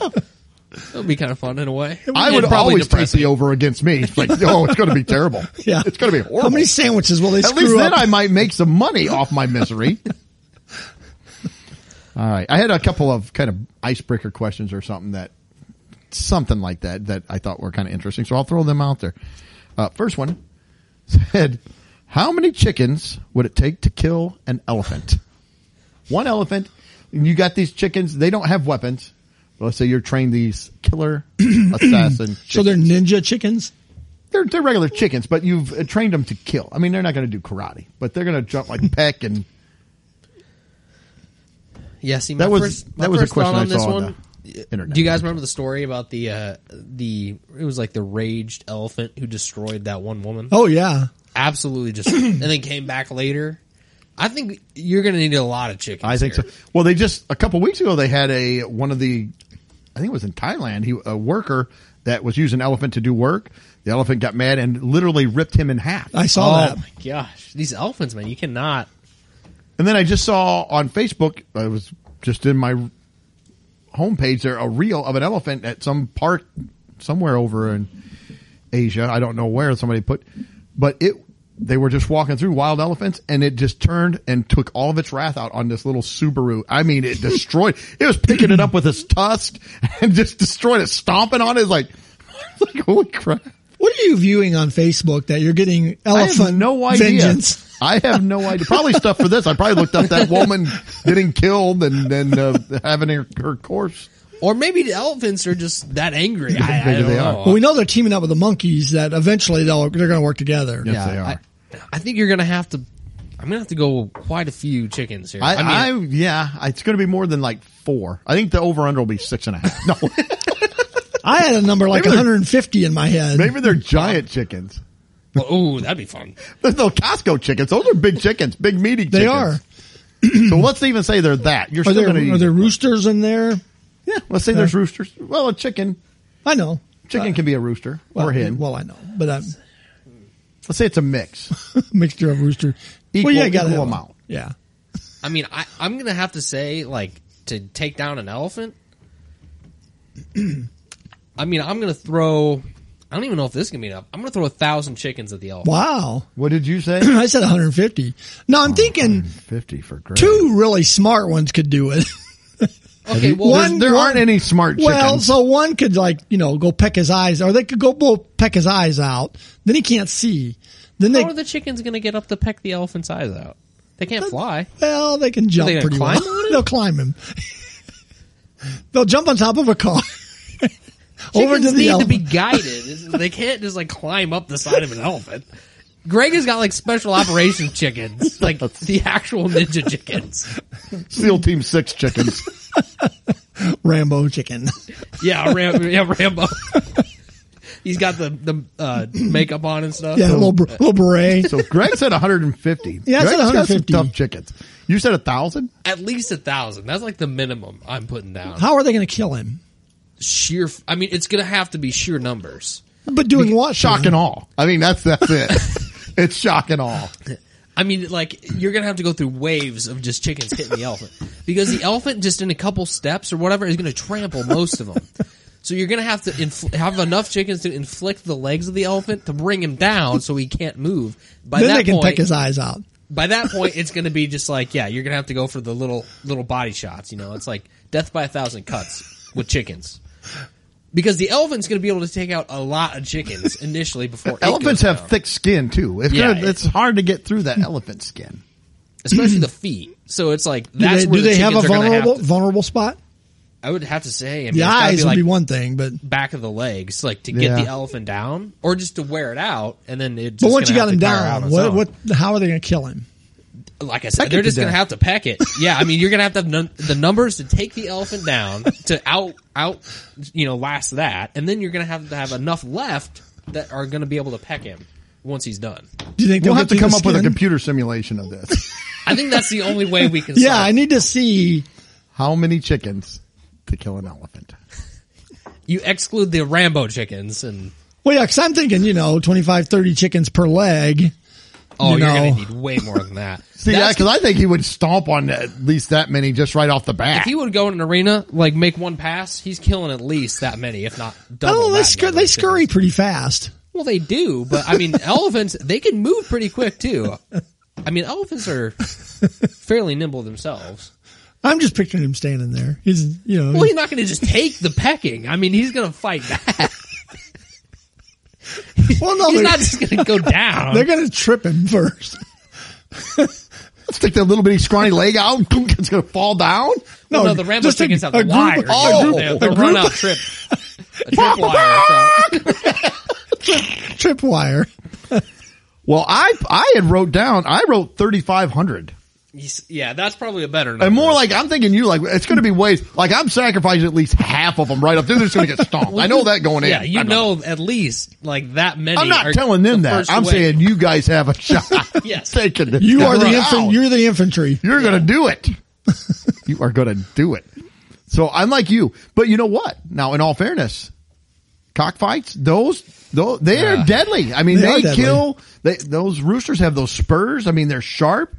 [SPEAKER 3] It would be kind of fun in a way.
[SPEAKER 1] I would
[SPEAKER 3] And probably
[SPEAKER 1] always
[SPEAKER 3] depressing.
[SPEAKER 1] take the over against me. It's like, oh, it's going to be terrible.
[SPEAKER 2] [LAUGHS] Yeah.
[SPEAKER 1] it's going to be horrible.
[SPEAKER 2] How many sandwiches will they
[SPEAKER 1] At
[SPEAKER 2] screw
[SPEAKER 1] least
[SPEAKER 2] up?
[SPEAKER 1] then I might make some money off my
[SPEAKER 2] [LAUGHS]
[SPEAKER 1] misery. All right. I had a couple of kind of icebreaker questions or something that something like that that I thought were kind of interesting. So I'll throw them out there. Uh, first one [LAUGHS] said, "How many chickens would it take to kill an elephant? One elephant. and You got these chickens. They don't have weapons. Let's say you're trained these
[SPEAKER 2] [COUGHS]
[SPEAKER 1] killer assassin.
[SPEAKER 2] so they're ninja chickens.
[SPEAKER 1] They're, they're regular chickens, but you've uh, trained them to kill. I mean, they're not going to do karate, but they're going to jump like peck and
[SPEAKER 3] Yeah, see,
[SPEAKER 1] [LAUGHS]
[SPEAKER 3] my
[SPEAKER 1] That was-
[SPEAKER 3] first, my
[SPEAKER 1] that was a
[SPEAKER 3] first thought
[SPEAKER 1] question I
[SPEAKER 3] on this
[SPEAKER 1] saw on
[SPEAKER 3] one.
[SPEAKER 1] the internet.
[SPEAKER 3] Do you guys remember the story about the uh, the it was like the raged elephant who destroyed that one woman?
[SPEAKER 2] Oh yeah.
[SPEAKER 3] Absolutely,
[SPEAKER 1] [CLEARS THROAT]
[SPEAKER 3] just and then came back later. I think you're gonna need a lot of chickens.
[SPEAKER 1] I think
[SPEAKER 3] here.
[SPEAKER 1] so. Well, they just a couple weeks ago they had a one of the I think it was in Thailand. He a worker that was using an elephant to do work. The elephant got mad and literally ripped him in half.
[SPEAKER 2] I saw
[SPEAKER 3] oh
[SPEAKER 2] that.
[SPEAKER 3] my gosh, these elephants, man! You cannot.
[SPEAKER 1] And then I just saw on Facebook, I was just in my homepage there, a reel of an elephant at some park somewhere over in Asia. I don't know where somebody put, but it, they were just walking through wild elephants and it just turned and took all of its wrath out on this little Subaru. I mean, it destroyed, it was picking it up with its tusk [LAUGHS] and just destroyed it, stomping on it. It's like, [LAUGHS] it's like, holy crap.
[SPEAKER 2] What are you viewing on Facebook that you're getting
[SPEAKER 1] I
[SPEAKER 2] elephant
[SPEAKER 1] have no idea.
[SPEAKER 2] vengeance?
[SPEAKER 1] I have no idea. Probably stuff for this. I probably looked up that woman getting killed and then uh, having her, her course.
[SPEAKER 3] Or maybe the elephants are just that angry. I, I
[SPEAKER 1] Maybe
[SPEAKER 3] don't
[SPEAKER 1] they
[SPEAKER 3] know.
[SPEAKER 1] are.
[SPEAKER 2] Well, we know they're teaming up with the monkeys that eventually they'll, they're going to work together.
[SPEAKER 1] Yeah. Yes, they are.
[SPEAKER 3] I, I think you're gonna have to. I'm gonna have to go quite a few chickens here.
[SPEAKER 1] I,
[SPEAKER 3] mean,
[SPEAKER 1] I, yeah, it's going to be more than like four. I think the over under will be six and a half. No,
[SPEAKER 2] I had a number like
[SPEAKER 1] Maybe they're-
[SPEAKER 2] 150 in my head.
[SPEAKER 1] maybe they're giant chickens.
[SPEAKER 3] well, ooh, that'd be fun.
[SPEAKER 1] There's no Costco chickens. Those are big chickens, big meaty.
[SPEAKER 2] they are.
[SPEAKER 1] chickens. So let's even say they're that. You're
[SPEAKER 2] Are
[SPEAKER 1] still going
[SPEAKER 2] there,
[SPEAKER 1] to
[SPEAKER 2] are there roosters in there?
[SPEAKER 1] Yeah, let's say there's roosters. Well, a chicken,
[SPEAKER 2] I know.
[SPEAKER 1] chicken can be a rooster
[SPEAKER 2] Well,
[SPEAKER 1] or hen.
[SPEAKER 2] Well, I know, but I'm [LAUGHS]
[SPEAKER 1] let's say it's a mix.
[SPEAKER 2] a mixture of rooster.
[SPEAKER 1] Equal-
[SPEAKER 2] well, yeah, gotta
[SPEAKER 1] equal
[SPEAKER 2] have one.
[SPEAKER 1] amount.
[SPEAKER 2] Yeah.
[SPEAKER 3] I mean, I, I'm gonna have to say, like, to take down an elephant. [CLEARS THROAT] I mean, I'm gonna throw. I don't even know if this is gonna be enough. I'm gonna throw a thousand chickens at the elephant.
[SPEAKER 2] Wow. [CLEARS THROAT]
[SPEAKER 1] What did you say? [COUGHS]
[SPEAKER 2] I said 150. No, I'm thinking
[SPEAKER 1] Fifty for Greg.
[SPEAKER 2] two really smart ones could do it.
[SPEAKER 3] Okay, well,
[SPEAKER 2] One-
[SPEAKER 1] There's- there aren't any smart chickens.
[SPEAKER 2] [LAUGHS] Well, so one could like, you know, go peck his eyes or they could go bo- peck his eyes out. Then he can't see. Then they,
[SPEAKER 3] how are the chickens gonna get up to peck the elephant's eyes out? They can't fly.
[SPEAKER 2] well, they can jump
[SPEAKER 3] Are they gonna
[SPEAKER 2] pretty
[SPEAKER 3] climb
[SPEAKER 2] well.
[SPEAKER 3] on it?
[SPEAKER 2] They'll climb him. [LAUGHS] They'll jump on top of a car. [LAUGHS] Over to
[SPEAKER 3] Chickens
[SPEAKER 2] the
[SPEAKER 3] need to
[SPEAKER 2] elephant.
[SPEAKER 3] be guided. they can't just like climb up the side of an elephant. Greg has got like special
[SPEAKER 2] [LAUGHS]
[SPEAKER 3] operations chickens, like the actual ninja chickens.
[SPEAKER 1] SEAL Team Six
[SPEAKER 2] [LAUGHS]
[SPEAKER 1] chickens.
[SPEAKER 2] [LAUGHS] Rambo
[SPEAKER 3] [LAUGHS]
[SPEAKER 2] chicken.
[SPEAKER 3] Yeah, Ram- yeah, Rambo. He's got the the uh, makeup on and stuff.
[SPEAKER 2] Yeah, a little, br- little beret.
[SPEAKER 1] So Greg said 150.
[SPEAKER 2] Yeah, I said
[SPEAKER 1] Greg's got some
[SPEAKER 2] 150.
[SPEAKER 1] tough chickens. You said a thousand.
[SPEAKER 3] At least a thousand. That's like the minimum I'm putting
[SPEAKER 2] [LAUGHS]
[SPEAKER 3] down.
[SPEAKER 2] How are they going to kill him?
[SPEAKER 3] Sheer. f- I mean, it's gonna have to be sheer numbers.
[SPEAKER 2] But doing what?
[SPEAKER 1] Shock and all. I mean, that's that's
[SPEAKER 2] [LAUGHS]
[SPEAKER 1] it. it's shock and all.
[SPEAKER 3] I mean, like you're gonna have to go through waves of just chickens hitting the elephant because the elephant just in a couple steps or whatever is gonna trample most of them. So you're gonna have to infl- have enough chickens to inflict the legs of the elephant to bring him down so he can't move. By
[SPEAKER 2] Then
[SPEAKER 3] that
[SPEAKER 2] they can
[SPEAKER 3] point,
[SPEAKER 2] peck his eyes out.
[SPEAKER 3] by that point, it's gonna be just like yeah, you're gonna have to go for the little little body shots. You know, it's like death by a thousand cuts with chickens. Because the elephant's going to be able to take out a lot of chickens initially before it
[SPEAKER 1] Elephants
[SPEAKER 3] goes
[SPEAKER 1] have
[SPEAKER 3] down.
[SPEAKER 1] thick skin too. It's
[SPEAKER 3] Yeah,
[SPEAKER 1] gonna,
[SPEAKER 3] yeah.
[SPEAKER 1] it's hard to get through that elephant skin.
[SPEAKER 2] [CLEARS THROAT]
[SPEAKER 3] especially the feet. So it's like
[SPEAKER 2] Do
[SPEAKER 3] that's
[SPEAKER 2] they,
[SPEAKER 3] where
[SPEAKER 2] do
[SPEAKER 3] the
[SPEAKER 2] they have a
[SPEAKER 3] chickens are gonna
[SPEAKER 2] vulnerable
[SPEAKER 3] Have to,
[SPEAKER 2] vulnerable spot?
[SPEAKER 3] I would have to say, I mean,
[SPEAKER 2] The
[SPEAKER 3] it's gotta
[SPEAKER 2] eyes
[SPEAKER 3] be
[SPEAKER 2] would
[SPEAKER 3] like
[SPEAKER 2] be one thing, but
[SPEAKER 3] back of the legs, like to get
[SPEAKER 1] Yeah.
[SPEAKER 3] the elephant down, or just to wear it out, and then it. Just
[SPEAKER 2] but once you got
[SPEAKER 3] gonna have
[SPEAKER 2] him
[SPEAKER 3] to tire out on
[SPEAKER 2] down,
[SPEAKER 3] its
[SPEAKER 2] what
[SPEAKER 3] own.
[SPEAKER 2] what? How are they going to kill him?
[SPEAKER 3] Like I said,
[SPEAKER 1] Peck
[SPEAKER 3] they're
[SPEAKER 1] it to
[SPEAKER 3] just gonna
[SPEAKER 1] death.
[SPEAKER 3] have to peck it. Yeah, I mean, you're gonna have to have num- the numbers to take the elephant down to out out, you know, last that, and then you're gonna have to have enough left that are gonna be able to peck him once he's done.
[SPEAKER 2] Do you think
[SPEAKER 1] We'll
[SPEAKER 2] they'll
[SPEAKER 1] have
[SPEAKER 2] get
[SPEAKER 1] to
[SPEAKER 2] through
[SPEAKER 1] come
[SPEAKER 2] the
[SPEAKER 1] up with a
[SPEAKER 2] skin?
[SPEAKER 1] computer simulation of
[SPEAKER 2] [LAUGHS]
[SPEAKER 1] this.
[SPEAKER 3] I think that's the only way we can.
[SPEAKER 2] Yeah,
[SPEAKER 3] solve
[SPEAKER 2] I
[SPEAKER 3] it.
[SPEAKER 2] need to see.
[SPEAKER 1] How many chickens to kill an elephant?
[SPEAKER 3] you exclude the Rambo chickens, and
[SPEAKER 2] Well, yeah, because I'm thinking, you know, 25, 30 chickens per leg.
[SPEAKER 3] oh,
[SPEAKER 2] You
[SPEAKER 3] you are
[SPEAKER 2] know.
[SPEAKER 3] gonna need way more
[SPEAKER 2] [LAUGHS]
[SPEAKER 3] than that.
[SPEAKER 1] See,
[SPEAKER 3] That's
[SPEAKER 1] because I think he would stomp on at least that many just right off the bat.
[SPEAKER 3] If he would go in an arena, like make one pass, he's killing at least that many, if not double.
[SPEAKER 2] Oh, they,
[SPEAKER 3] that
[SPEAKER 2] scur-
[SPEAKER 3] number
[SPEAKER 2] they
[SPEAKER 3] of
[SPEAKER 2] scurry
[SPEAKER 3] chickens.
[SPEAKER 2] pretty fast.
[SPEAKER 3] Well, they do, but
[SPEAKER 2] [LAUGHS]
[SPEAKER 3] I mean, elephants they can move pretty quick too. I mean, elephants are fairly nimble themselves.
[SPEAKER 2] I'm just picturing him standing there. He's, you know,
[SPEAKER 3] Well, he's not going to just take the pecking. I mean, he's going to fight back.
[SPEAKER 2] [LAUGHS] well, no,
[SPEAKER 3] He's
[SPEAKER 2] they're,
[SPEAKER 3] not just going
[SPEAKER 2] [LAUGHS]
[SPEAKER 3] to go down.
[SPEAKER 2] Oh, they're going to trip him first. [LAUGHS]
[SPEAKER 1] Stick that little bitty scrawny leg out. [LAUGHS] It's gonna fall down.
[SPEAKER 3] Well, no,
[SPEAKER 2] no,
[SPEAKER 3] the Rambo
[SPEAKER 2] just a-
[SPEAKER 3] chickens have
[SPEAKER 2] a
[SPEAKER 3] the
[SPEAKER 2] group-
[SPEAKER 3] wire.
[SPEAKER 1] oh,
[SPEAKER 3] you know,
[SPEAKER 1] a group-
[SPEAKER 3] they'll- they'll
[SPEAKER 2] a
[SPEAKER 3] run
[SPEAKER 2] group-
[SPEAKER 3] out
[SPEAKER 2] [LAUGHS]
[SPEAKER 3] trip. A trip wire. so-
[SPEAKER 2] Tripwire.
[SPEAKER 1] Well, I I had wrote down. I wrote thirty five hundred.
[SPEAKER 3] He's- Yeah, that's probably a better number.
[SPEAKER 1] And more like I'm thinking you like it's going to be ways like I'm sacrificing at least half of them right up. They're just going to get stomped. I know that going
[SPEAKER 3] yeah,
[SPEAKER 1] in.
[SPEAKER 3] you
[SPEAKER 1] I'm not-
[SPEAKER 3] know at least like that many.
[SPEAKER 1] I'm not
[SPEAKER 3] are
[SPEAKER 1] telling them
[SPEAKER 3] the
[SPEAKER 1] that.
[SPEAKER 3] first
[SPEAKER 1] I'm
[SPEAKER 3] wave.
[SPEAKER 1] saying you guys have a shot.
[SPEAKER 3] [LAUGHS] Yes.
[SPEAKER 1] taking this
[SPEAKER 2] You
[SPEAKER 1] guy
[SPEAKER 2] are the
[SPEAKER 1] out. [LAUGHS]
[SPEAKER 2] infant, you're the infantry.
[SPEAKER 1] You're going to do it. you are going to do it. So I'm like you, but you know what? Now, in all fairness, cockfights, those, those they are
[SPEAKER 3] Yeah.
[SPEAKER 1] deadly. I mean,
[SPEAKER 2] They are
[SPEAKER 1] they,
[SPEAKER 2] deadly.
[SPEAKER 1] kill. They, those roosters have those spurs. I mean, they're sharp.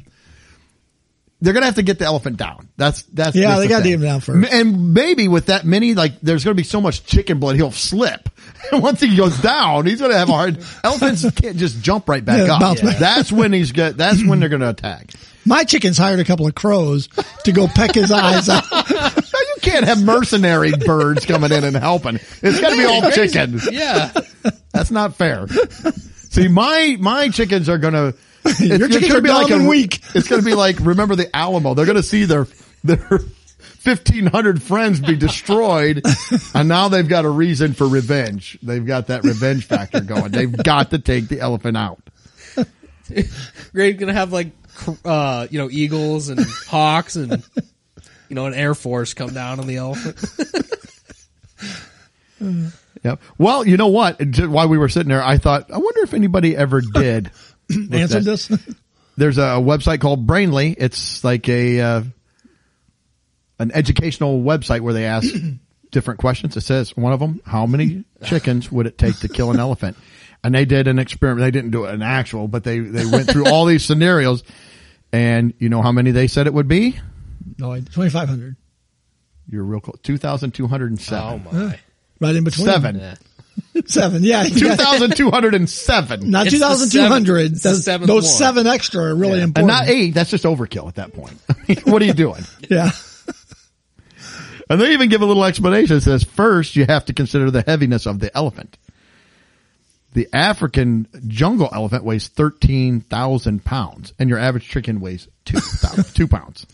[SPEAKER 1] They're gonna have to get the elephant down. That's that's
[SPEAKER 2] Yeah,
[SPEAKER 1] that's
[SPEAKER 2] they
[SPEAKER 1] the
[SPEAKER 2] gotta
[SPEAKER 1] thing.
[SPEAKER 2] get him down first.
[SPEAKER 1] M- And maybe with that many, like, there's gonna be so much chicken blood, he'll slip. [LAUGHS] And once he goes down, he's gonna have a hard. elephants can't just jump right back
[SPEAKER 2] Yeah,
[SPEAKER 1] up.
[SPEAKER 2] bounce back.
[SPEAKER 1] That's when he's got. That's when they're gonna attack.
[SPEAKER 2] My chickens hired a couple of crows to go peck his eyes
[SPEAKER 3] [LAUGHS]
[SPEAKER 2] out.
[SPEAKER 1] No, you can't have
[SPEAKER 2] [LAUGHS]
[SPEAKER 1] mercenary birds coming in and helping. It's got to be all chickens.
[SPEAKER 3] [LAUGHS] Yeah.
[SPEAKER 1] That's not fair. See, my my chickens are gonna. It's,
[SPEAKER 2] [LAUGHS] Your
[SPEAKER 1] it's
[SPEAKER 2] chickens
[SPEAKER 1] gonna
[SPEAKER 2] are dumb
[SPEAKER 1] a-
[SPEAKER 2] and weak.
[SPEAKER 1] It's gonna be like remember the Alamo. They're gonna see their their [LAUGHS] fifteen hundred friends be destroyed, and now they've got a reason for revenge. They've got that revenge factor going. They've got to take the elephant out.
[SPEAKER 3] You're gonna have like, cr- uh, you know,
[SPEAKER 1] [LAUGHS]
[SPEAKER 3] eagles and hawks and, you know, an air force come down on the
[SPEAKER 1] [LAUGHS]
[SPEAKER 3] elephant.
[SPEAKER 1] Yep. Well, you know what? Just while we were sitting there, I thought, I wonder if anybody ever
[SPEAKER 2] [CLEARS THROAT]
[SPEAKER 1] did with
[SPEAKER 2] Answered
[SPEAKER 1] that.
[SPEAKER 2] this. [LAUGHS]
[SPEAKER 1] there's a website called Brainly. It's like a uh, an educational website where they
[SPEAKER 2] [CLEARS THROAT]
[SPEAKER 1] ask different questions. It says one of them, how many chickens would it take to kill an elephant? And they did an experiment. They didn't do an actual, but they they went through all these scenarios, and you know how many they said it would be?
[SPEAKER 2] No, twenty five hundred.
[SPEAKER 1] You're real close. Two thousand two hundred and
[SPEAKER 3] Oh
[SPEAKER 1] seven.
[SPEAKER 3] my.
[SPEAKER 2] Right in between.
[SPEAKER 1] Seven.
[SPEAKER 3] Yeah.
[SPEAKER 2] [LAUGHS] Seven. Yeah.
[SPEAKER 1] Two thousand two hundred and seven.
[SPEAKER 2] Not
[SPEAKER 3] It's the
[SPEAKER 2] two thousand two hundred.
[SPEAKER 3] seventh- it's the
[SPEAKER 2] Those
[SPEAKER 3] seventh one.
[SPEAKER 2] seven extra are really
[SPEAKER 1] And
[SPEAKER 2] important.
[SPEAKER 1] not eight. That's just overkill at that point. [LAUGHS] what are you doing?
[SPEAKER 2] Yeah.
[SPEAKER 1] And they even give a little explanation. It says, first, you have to consider the heaviness of the elephant. The African jungle elephant weighs 13,000 pounds, and your average chicken weighs
[SPEAKER 2] [LAUGHS]
[SPEAKER 1] two, thou- two pounds.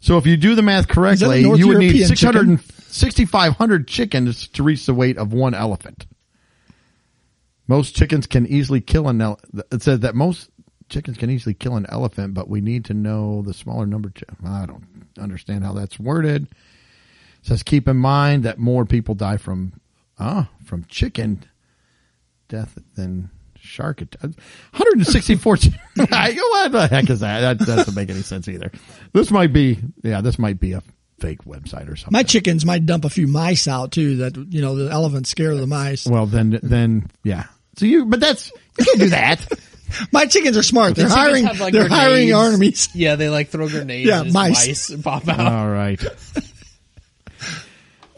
[SPEAKER 1] So if you do the math correctly,
[SPEAKER 2] North
[SPEAKER 1] you would need
[SPEAKER 2] European
[SPEAKER 1] 600 and 6,500 chickens to reach the weight of one elephant. Most chickens can easily kill an elephant. It says that most chickens can easily kill an elephant, but we need to know the smaller number. Chi- I don't understand how that's worded. It says keep in mind that more people die from ah from chicken death than shark uh, attack. 164. chi- [LAUGHS] I go, what the heck is that? That doesn't make any sense either. This might be yeah, this might be a fake website or something.
[SPEAKER 2] My chickens might dump a few mice out too. That you know the elephants scare the mice.
[SPEAKER 1] well then then yeah. So you but that's you can't do
[SPEAKER 2] [LAUGHS]
[SPEAKER 1] that.
[SPEAKER 2] My chickens are smart. They're
[SPEAKER 3] Chickens
[SPEAKER 2] hiring.
[SPEAKER 3] have, like,
[SPEAKER 2] they're hiring
[SPEAKER 3] grenades.
[SPEAKER 2] armies.
[SPEAKER 3] [LAUGHS] Yeah, they like throw grenades.
[SPEAKER 2] Yeah,
[SPEAKER 3] and
[SPEAKER 2] mice.
[SPEAKER 3] mice. and pop out.
[SPEAKER 1] All right.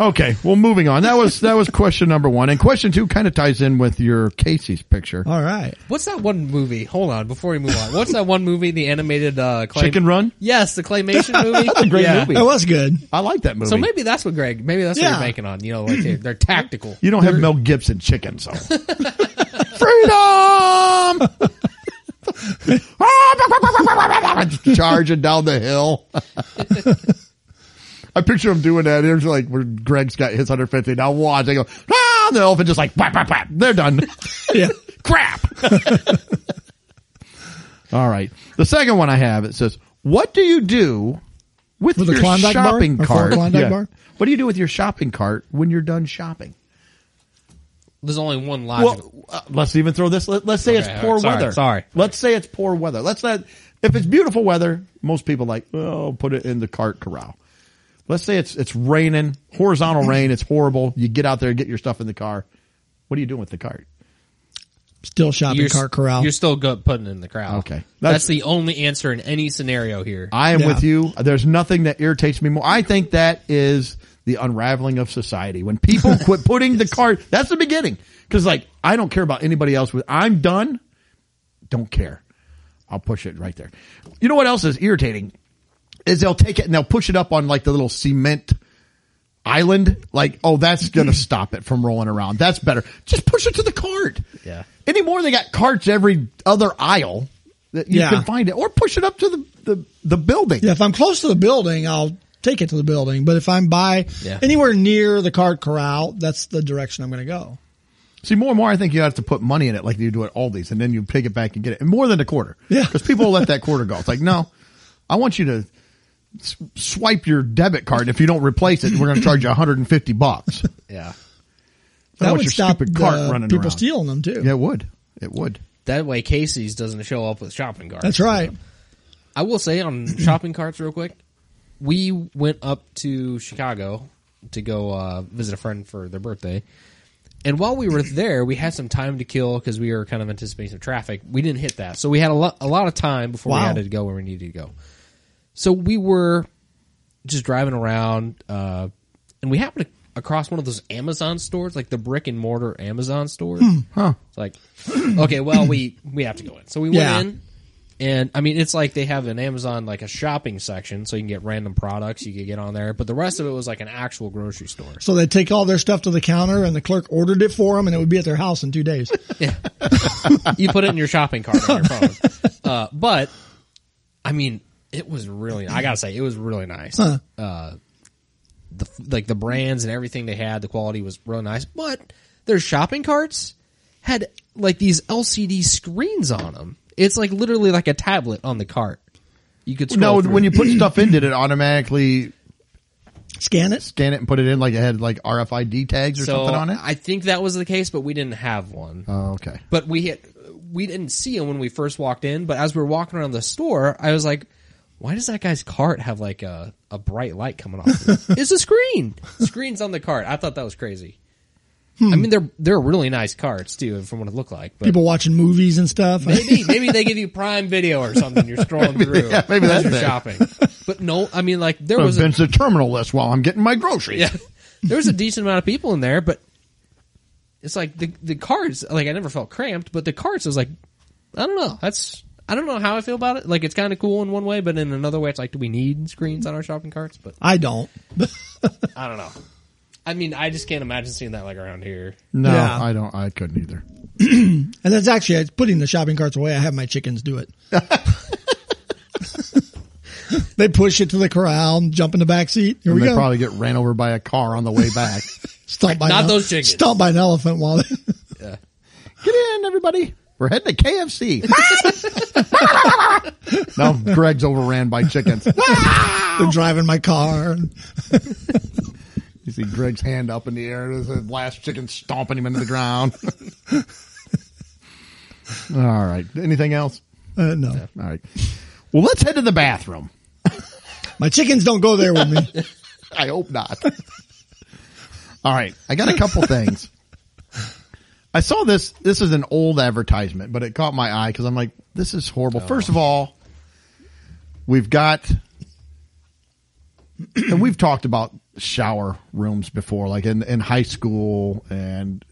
[SPEAKER 1] Okay, well, moving on. That was that was question number one, and question two kind of ties in with your Casey's picture.
[SPEAKER 2] All right.
[SPEAKER 3] What's that one movie? Hold on, before we move on. What's that one movie? The animated uh, clay-
[SPEAKER 1] Chicken Run?
[SPEAKER 3] Yes,
[SPEAKER 1] [LAUGHS]
[SPEAKER 3] the claymation movie. That's
[SPEAKER 1] a great movie.
[SPEAKER 2] That was good.
[SPEAKER 1] I like that movie.
[SPEAKER 3] So maybe that's what Greg. Maybe that's what
[SPEAKER 2] Yeah.
[SPEAKER 3] you're banking on. You know, like they're, they're tactical.
[SPEAKER 1] you don't have Mel Gibson chicken, so [LAUGHS] freedom. Charging down the hill. [LAUGHS] I picture him doing that. It's like where Greg's got his 150. Now watch. They go, ah, and the elephant just like, whap, whap, whap. They're
[SPEAKER 2] [LAUGHS]
[SPEAKER 1] done.
[SPEAKER 2] Yeah. [LAUGHS]
[SPEAKER 1] crap. All right. The second one I have it says, "What do you do with,
[SPEAKER 2] With a
[SPEAKER 1] your
[SPEAKER 2] Klondike bar?
[SPEAKER 1] shopping
[SPEAKER 2] Or for a
[SPEAKER 1] cart?
[SPEAKER 2] Klondike bar?
[SPEAKER 1] What do you do with your shopping cart when you're done shopping?"
[SPEAKER 3] There's only one logical.
[SPEAKER 1] Well, uh, let's even throw this. Let, us say
[SPEAKER 3] all
[SPEAKER 1] it's
[SPEAKER 3] right.
[SPEAKER 1] poor
[SPEAKER 3] Sorry,
[SPEAKER 1] weather.
[SPEAKER 3] sorry.
[SPEAKER 1] Let's say it's poor weather. Let's not. If it's beautiful weather, most people like oh, put it in the cart corral. Let's say it's it's raining,
[SPEAKER 3] [CLEARS THROAT]
[SPEAKER 1] horizontal rain. It's horrible. You get out there, get your stuff in the car. What are you doing with the cart?
[SPEAKER 2] Still shopping
[SPEAKER 3] you're,
[SPEAKER 2] cart corral.
[SPEAKER 3] You're still good putting it in the crowd.
[SPEAKER 1] Okay.
[SPEAKER 3] that's,
[SPEAKER 1] That's-
[SPEAKER 3] the only answer in any scenario here.
[SPEAKER 1] I am
[SPEAKER 2] Yeah.
[SPEAKER 1] with you. There's nothing that irritates me more. I think that is the unraveling of society when
[SPEAKER 2] [LAUGHS]
[SPEAKER 1] people quit putting the cart. That's the beginning. Cause like, I don't care about anybody else with, I'm done. Don't care. I'll push it right there. You know what else is irritating is they'll take it and they'll push it up on like the little cement island. Like, oh, that's
[SPEAKER 2] [CLEARS THROAT]
[SPEAKER 1] going to stop it from rolling around. That's better. Just push it to the cart.
[SPEAKER 3] Yeah.
[SPEAKER 1] Anymore, they got carts every other aisle that you
[SPEAKER 2] Yeah.
[SPEAKER 1] can find it or push it up to the, the, the building.
[SPEAKER 2] yeah. If I'm close to the building, I'll take it to the building. But if I'm by
[SPEAKER 3] Yeah.
[SPEAKER 2] anywhere near the cart corral, that's the direction I'm going to go.
[SPEAKER 1] See, more and more, I think you have to put money in it like you do at Aldi's, and then you take it back and get it, and more than a quarter.
[SPEAKER 2] Yeah.
[SPEAKER 1] because people will let that quarter go. It's like, no, I want you to s- swipe your debit card. and If you don't replace it, we're going to charge you 150 bucks. I
[SPEAKER 3] Yeah,
[SPEAKER 2] That
[SPEAKER 1] want
[SPEAKER 2] would
[SPEAKER 1] your
[SPEAKER 2] stop
[SPEAKER 1] stupid cart
[SPEAKER 2] the
[SPEAKER 1] running
[SPEAKER 2] people
[SPEAKER 1] around.
[SPEAKER 2] stealing them too.
[SPEAKER 1] Yeah, it would. It would.
[SPEAKER 3] that way Casey's doesn't show up with shopping carts.
[SPEAKER 2] That's right.
[SPEAKER 3] I will say on shopping carts real quick. we went up to Chicago to go uh, visit a friend for their birthday. And while we were there, we had some time to kill because we were kind of anticipating some traffic. We didn't hit that, so we had a lot, a lot of time before we
[SPEAKER 2] Wow.
[SPEAKER 3] had to go where we needed to go. So we were just driving around, uh, and we happened across one of those Amazon stores, like the brick and mortar Amazon store.
[SPEAKER 1] Huh.
[SPEAKER 3] It's like, [CLEARS THROAT] okay, well we we have to go in. So we
[SPEAKER 2] Yeah.
[SPEAKER 3] went in, and I mean it's like they have an Amazon like a shopping section, so you can get random products you could get on there. But the rest of it was like an actual grocery store.
[SPEAKER 2] So they take all their stuff to the counter, and the clerk ordered it for them, and it would be at their house in two
[SPEAKER 3] [LAUGHS]
[SPEAKER 2] days.
[SPEAKER 3] Yeah. you put it in your shopping cart
[SPEAKER 1] [LAUGHS]
[SPEAKER 3] on your phone. Uh, but I mean, it was really. I gotta say, it was really nice.
[SPEAKER 2] Huh.
[SPEAKER 3] Uh, the like the brands and everything they had, the quality was real nice. But their shopping carts had like these LCD screens on them. It's like literally like a tablet on the cart. You could scroll
[SPEAKER 1] No,
[SPEAKER 3] through.
[SPEAKER 1] when you put stuff in, did
[SPEAKER 2] [CLEARS THROAT]
[SPEAKER 1] it automatically
[SPEAKER 2] Scan it.
[SPEAKER 1] scan it and put it in? Like it had like RFID tags or
[SPEAKER 3] so
[SPEAKER 1] something on it?
[SPEAKER 3] I think that was the case, but we didn't have one.
[SPEAKER 1] oh, okay.
[SPEAKER 3] but we had, we didn't see him when we first walked in. But as we were walking around the store, I was like, "Why does that guy's cart have like a, a bright light coming
[SPEAKER 1] [LAUGHS]
[SPEAKER 3] off? of it?" it's a screen. Screens on the cart. I thought that was crazy. I
[SPEAKER 1] Hmm.
[SPEAKER 3] mean, they're they're really nice carts too, from what it looked like.
[SPEAKER 1] [LAUGHS]
[SPEAKER 3] But
[SPEAKER 2] People watching movies and stuff.
[SPEAKER 3] maybe maybe they give you Prime Video or something. You're scrolling through.
[SPEAKER 1] yeah, [LAUGHS] maybe
[SPEAKER 3] as
[SPEAKER 1] that's
[SPEAKER 3] you're
[SPEAKER 1] it.
[SPEAKER 3] shopping. But no, I mean, like there
[SPEAKER 1] I've
[SPEAKER 3] was a
[SPEAKER 1] been to the terminal list while I'm getting my groceries.
[SPEAKER 3] yeah. [LAUGHS] There was a decent amount of people in there, but it's like the the cards. Like I never felt cramped, but the cards was like, I don't know. That's I don't know how I feel about it. Like it's kind of cool in one way, but in another way, it's like, do we need screens on our shopping carts? But
[SPEAKER 2] [LAUGHS] I don't.
[SPEAKER 3] I don't know. I mean, I just can't imagine seeing that like around here.
[SPEAKER 1] No,
[SPEAKER 2] Yeah.
[SPEAKER 1] I don't. I couldn't either.
[SPEAKER 2] And that's actually it's putting the shopping carts away. I have my chickens do
[SPEAKER 3] [LAUGHS]
[SPEAKER 2] it. they push it to the corral, and jump in the back seat. Here
[SPEAKER 1] And
[SPEAKER 2] we
[SPEAKER 1] they
[SPEAKER 2] go.
[SPEAKER 1] probably get ran over by a car on the way back.
[SPEAKER 2] Stomped by
[SPEAKER 3] Not
[SPEAKER 2] an,
[SPEAKER 3] those chickens.
[SPEAKER 2] Stomped by an elephant while
[SPEAKER 3] [LAUGHS]
[SPEAKER 2] they,
[SPEAKER 1] get in, everybody. We're heading to KFC. [LAUGHS] now Greg's overran by chickens.
[SPEAKER 2] they're driving my car.
[SPEAKER 1] You see Greg's hand up in the air. There's a last chicken stomping him into the ground. [LAUGHS] All right. Anything else?
[SPEAKER 2] Uh, no,
[SPEAKER 1] All right. Well, let's head to the bathroom.
[SPEAKER 2] my chickens don't go there with
[SPEAKER 3] [LAUGHS]
[SPEAKER 2] me.
[SPEAKER 1] I hope not. [LAUGHS] All right. I got a couple things. I saw this. This is an old advertisement, but it caught my eye because I'm like, this is horrible. First of all, we've got, and we've talked about shower rooms before, like in, in high school and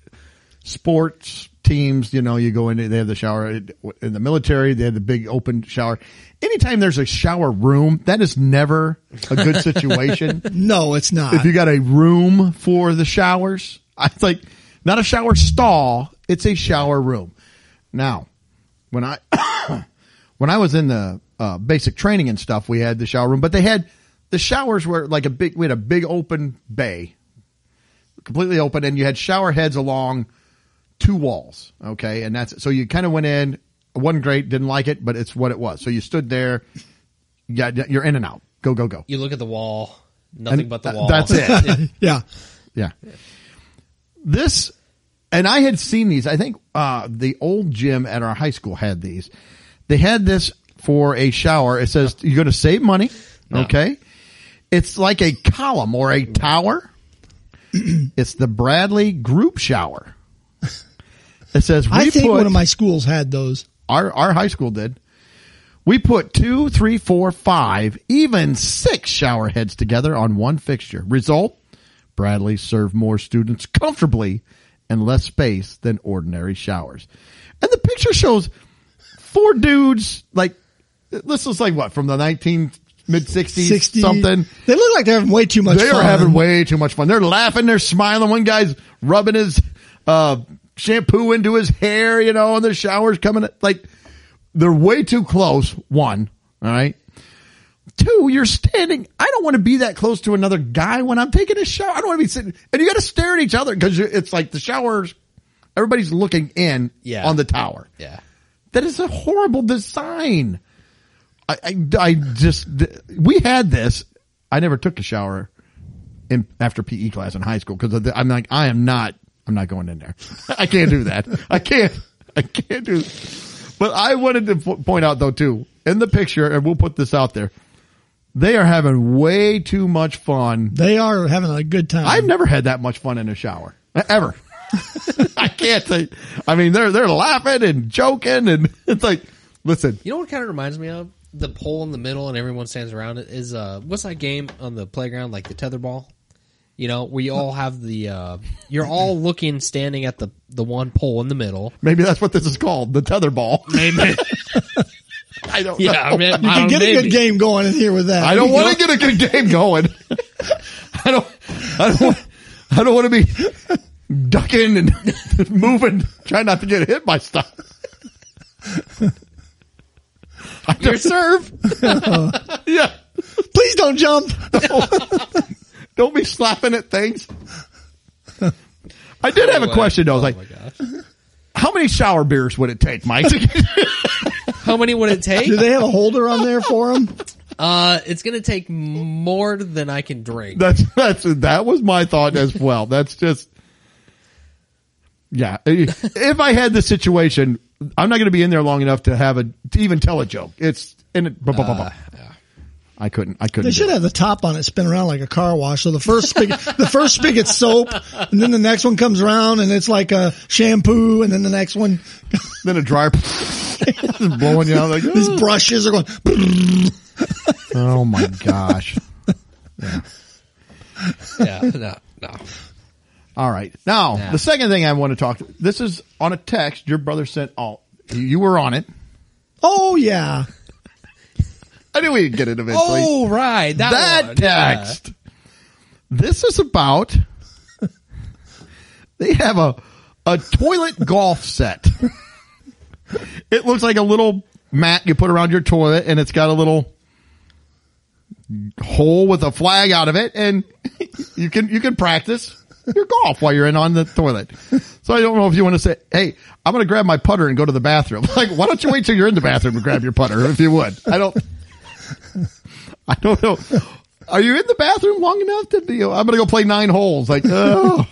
[SPEAKER 1] sports teams, you know, you go in, they have the shower in the military, they have the big open shower. Anytime there's a shower room, that is never a good situation
[SPEAKER 2] No, it's
[SPEAKER 1] if
[SPEAKER 2] not.
[SPEAKER 1] you got a room for the showers, I it's like not a shower stall, it's a shower room. Now, when I [COUGHS] when I was in the uh, basic training and stuff, we had the shower room, but they had the showers were like a big we had a big open bay, completely open, and you had shower heads along two walls. Okay, and that's so you kind of went in. wasn't great, didn't like it, but it's what it was. So you stood there, you got, you're in and out. Go go go.
[SPEAKER 3] You look at the wall, nothing
[SPEAKER 1] And
[SPEAKER 3] but the
[SPEAKER 1] that-
[SPEAKER 3] wall.
[SPEAKER 1] that's
[SPEAKER 3] [LAUGHS]
[SPEAKER 1] it.
[SPEAKER 2] [LAUGHS] yeah,
[SPEAKER 1] Yeah. This, and I had seen these. I think uh, the old gym at our high school had these. They had this for a shower. It says you're going to save money. Okay. It's like a column or a
[SPEAKER 2] [CLEARS THROAT]
[SPEAKER 1] tower. it's the Bradley group shower. It says we
[SPEAKER 2] I think
[SPEAKER 1] put
[SPEAKER 2] one of my schools had those.
[SPEAKER 1] our our high school did. We put two, three, four, five, even six shower heads together on one fixture. Result: Bradley served more students comfortably and less space than ordinary showers. And the picture shows four dudes like this was like what from the nineteen mid sixties
[SPEAKER 2] Sixty
[SPEAKER 1] something.
[SPEAKER 2] They look like they're having way too much.
[SPEAKER 1] They
[SPEAKER 2] fun.
[SPEAKER 1] are having way too much fun. They're laughing, they're smiling. One guy's rubbing his uh, shampoo into his hair, you know, and the shower's coming. Like they're way too close. One, all right. Two, you're standing. I don't want to be that close to another guy when I'm taking a shower. I don't want to be sitting, and you got to stare at each other because it's like the showers. Everybody's looking in
[SPEAKER 3] Yeah.
[SPEAKER 1] on the tower.
[SPEAKER 3] yeah.
[SPEAKER 1] That is a horrible design. I, I, I just, we had this. I never took a shower in after PE class in high school because I'm like, I am not, I'm not going in there. [LAUGHS] I can't do that. I can't, I can't do. But I wanted to po- point out though too, in the picture, and we'll put this out there. They are having way too much fun.
[SPEAKER 2] They are having a good time.
[SPEAKER 1] I've never had that much fun in a shower E-, ever. [LAUGHS] I can't think. I mean, they're they're laughing and joking, and [LAUGHS] it's like, listen,
[SPEAKER 3] You know what kind of reminds me of the pole in the middle and everyone stands around it is uh what's that game on the playground like the tetherball? You know, where you all have the uh you're all looking standing at the the one pole in
[SPEAKER 2] [LAUGHS]
[SPEAKER 3] the middle.
[SPEAKER 1] maybe that's what this is called, the tether ball.
[SPEAKER 3] Maybe
[SPEAKER 1] I don't.
[SPEAKER 3] [LAUGHS] yeah,
[SPEAKER 1] know.
[SPEAKER 3] I mean,
[SPEAKER 2] you
[SPEAKER 3] I
[SPEAKER 2] can
[SPEAKER 3] don't-
[SPEAKER 2] get a
[SPEAKER 3] maybe.
[SPEAKER 2] good game going in here with that.
[SPEAKER 1] I don't want to get a good game going. I don't. I don't. Want, I don't want to be [LAUGHS] ducking and [LAUGHS] moving, trying not to get hit by stuff. [LAUGHS] I
[SPEAKER 3] Your
[SPEAKER 1] don't,
[SPEAKER 3] serve.
[SPEAKER 1] [LAUGHS] yeah,
[SPEAKER 2] Please don't jump.
[SPEAKER 1] don't be slapping at things. I did have a question though. I was like,
[SPEAKER 3] oh my gosh.
[SPEAKER 1] how many shower beers would it take, [LAUGHS] Mike?
[SPEAKER 3] How many
[SPEAKER 2] [LAUGHS]
[SPEAKER 3] would it take?
[SPEAKER 2] Do they have a holder on there for them?
[SPEAKER 3] Uh, it's gonna take more than I can drink.
[SPEAKER 1] that's that's that was my thought as well. That's just yeah. If I had the situation, I'm not going to be in there long enough to have a to even tell a joke. It's and it, blah, blah, blah, blah. I couldn't. I couldn't.
[SPEAKER 2] They
[SPEAKER 1] do
[SPEAKER 2] should
[SPEAKER 1] it.
[SPEAKER 2] have the top on it spin around like a car wash. So the first spigot, [LAUGHS] the first spigot's soap, and then the next one comes around and it's like a shampoo, and then the next one,
[SPEAKER 1] Then a dryer [LAUGHS] just blowing you out like
[SPEAKER 2] these
[SPEAKER 1] "Ugh."
[SPEAKER 2] brushes are going.
[SPEAKER 1] oh my gosh.
[SPEAKER 3] Yeah, no, no.
[SPEAKER 1] All right. Now
[SPEAKER 3] Yeah.
[SPEAKER 1] the second thing I want to talk. This is on a text your brother sent. All you were on it.
[SPEAKER 2] Oh yeah,
[SPEAKER 1] I knew we'd get it eventually.
[SPEAKER 3] Oh, right, that,
[SPEAKER 1] that
[SPEAKER 3] one.
[SPEAKER 1] text. This is about. They have a a toilet golf set. it looks like a little mat you put around your toilet, and it's got a little hole with a flag out of it, and [LAUGHS] you can you can practice your golf while you're in on the toilet. So I don't know if you want to say, "Hey, I'm going to grab my putter and go to the bathroom." [LAUGHS] Like, why don't you wait till you're in the bathroom and grab your putter if you would? I don't. [LAUGHS] I don't know. Are you in the bathroom long enough to be? I'm going to go play nine holes. Like, oh,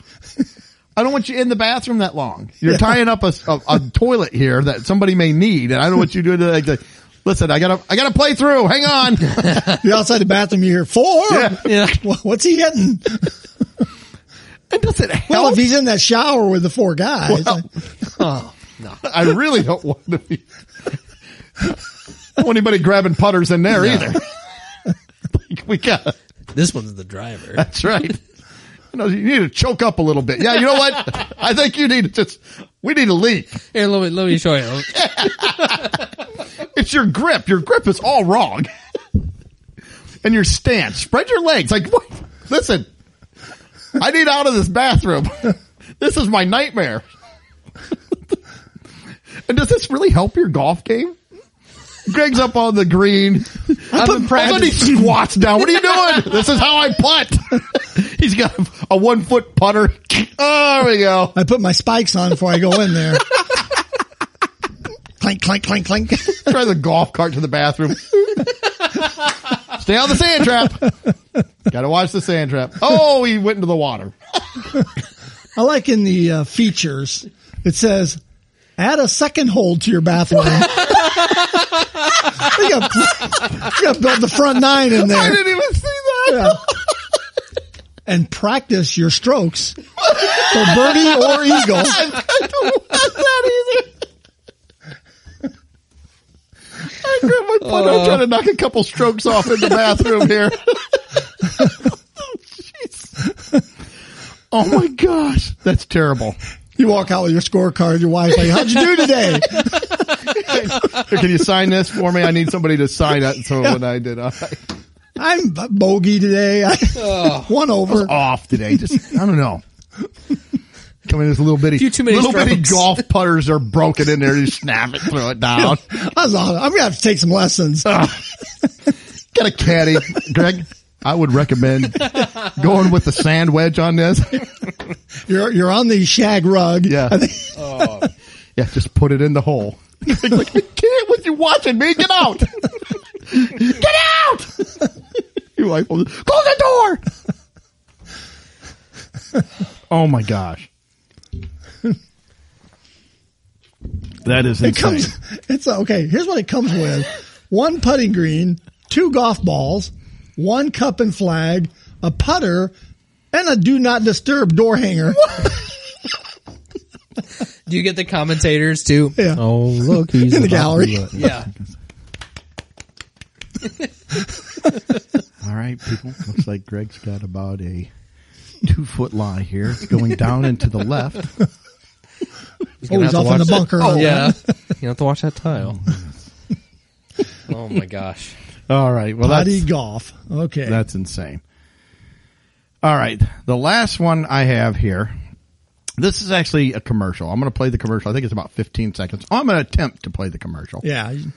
[SPEAKER 1] I don't want you in the bathroom that long. You're tying up a, a, a toilet here that somebody may need, and I don't want you doing like. the- Listen, I gotta, I gotta play through. Hang on. [LAUGHS]
[SPEAKER 2] you're outside the bathroom. You hear four.
[SPEAKER 1] Yeah.
[SPEAKER 3] Yeah.
[SPEAKER 2] Wha- [LAUGHS] What's he hitting?
[SPEAKER 1] And does it help?
[SPEAKER 2] Well, if he's in that shower with the four guys,
[SPEAKER 1] Well, I really don't want to be. don't want anybody grabbing putters in there either. [LAUGHS] Like, we got.
[SPEAKER 3] This one's the driver.
[SPEAKER 1] That's right. You, know, you need to choke up a little bit. Yeah, you know what? I think you need to just. We need to leak.
[SPEAKER 3] Here, let me let me show you.
[SPEAKER 1] It's your grip. Your grip is all wrong. and your stance. Spread your legs. Like, what? listen, I need out of this bathroom. [LAUGHS] this is my nightmare. [LAUGHS] and does this really help your golf game? Greg's up on the green.
[SPEAKER 2] I'm in
[SPEAKER 1] Somebody
[SPEAKER 2] practice.
[SPEAKER 1] squats down. What are you doing? this is how I putt. [LAUGHS] He's got a one foot putter. [LAUGHS] Oh, there we go.
[SPEAKER 2] I put my spikes on before I go in there. clink, clink, clink, clink.
[SPEAKER 1] Try the golf cart to the bathroom. Stay on the sand trap. Gotta watch the sand trap. Oh, he went into the water.
[SPEAKER 2] I like in the uh, features. It says, add a second hole to your bathroom. [LAUGHS] you got to build the front nine in
[SPEAKER 1] I
[SPEAKER 2] there
[SPEAKER 1] didn't even see that. [LAUGHS]
[SPEAKER 2] Yeah. and practice your strokes for birdie or eagle.
[SPEAKER 1] I don't want that either. I grabbed my putter. I'm trying to knock a couple strokes off in the bathroom here. Jeez. Oh my gosh, that's terrible.
[SPEAKER 2] You walk out with your scorecard. Your wife's like, how'd you do today?
[SPEAKER 1] Here, can you sign this for me? I need somebody to sign it. So when I did, all right.
[SPEAKER 2] I'm b- bogey today. I, [LAUGHS] one over.
[SPEAKER 1] off today. Just I don't know. Coming in with a little bitty,
[SPEAKER 3] Few too many
[SPEAKER 1] little bitty
[SPEAKER 3] strokes.
[SPEAKER 1] golf putters are broken in there. You snap it, throw it down.
[SPEAKER 2] I was on. I'm going to have to take some lessons.
[SPEAKER 1] Get a caddy, Greg. I would recommend going with the sand wedge on this.
[SPEAKER 2] You're, you're on the shag rug.
[SPEAKER 1] Yeah.
[SPEAKER 2] I think-
[SPEAKER 1] Oh. [LAUGHS] Yeah, just put it in the [LAUGHS] hole. Like, like, I can't with you watching me. Get out. [LAUGHS] Get out. [LAUGHS] Your wife will close the door. [LAUGHS] Oh my gosh. [LAUGHS] That is
[SPEAKER 2] [LAUGHS] It
[SPEAKER 1] insane.
[SPEAKER 2] comes. It's okay. Here's what it comes with: one putting green, two golf balls, one cup and flag, a putter, and a do not disturb door hanger.
[SPEAKER 3] Do you get the commentators too?
[SPEAKER 2] Yeah.
[SPEAKER 3] Oh, look, he's
[SPEAKER 2] In the
[SPEAKER 3] about
[SPEAKER 2] gallery.
[SPEAKER 3] to look. Yeah.
[SPEAKER 1] [LAUGHS] All right, people. Looks like Greg's got about a two foot lie here. It's going down and to the left.
[SPEAKER 2] Oh, he's off in the bunker.
[SPEAKER 3] Oh,
[SPEAKER 2] Oh,
[SPEAKER 3] yeah.
[SPEAKER 2] [LAUGHS]
[SPEAKER 3] you have to watch that tile. oh my gosh.
[SPEAKER 1] All right. Well,
[SPEAKER 2] Potty
[SPEAKER 1] that's,
[SPEAKER 2] golf. Okay.
[SPEAKER 1] that's insane. All right. The last one I have here. This is actually a commercial. I'm going to play the commercial. I think it's about 15 seconds. I'm going to attempt to play the commercial.
[SPEAKER 2] yeah. you-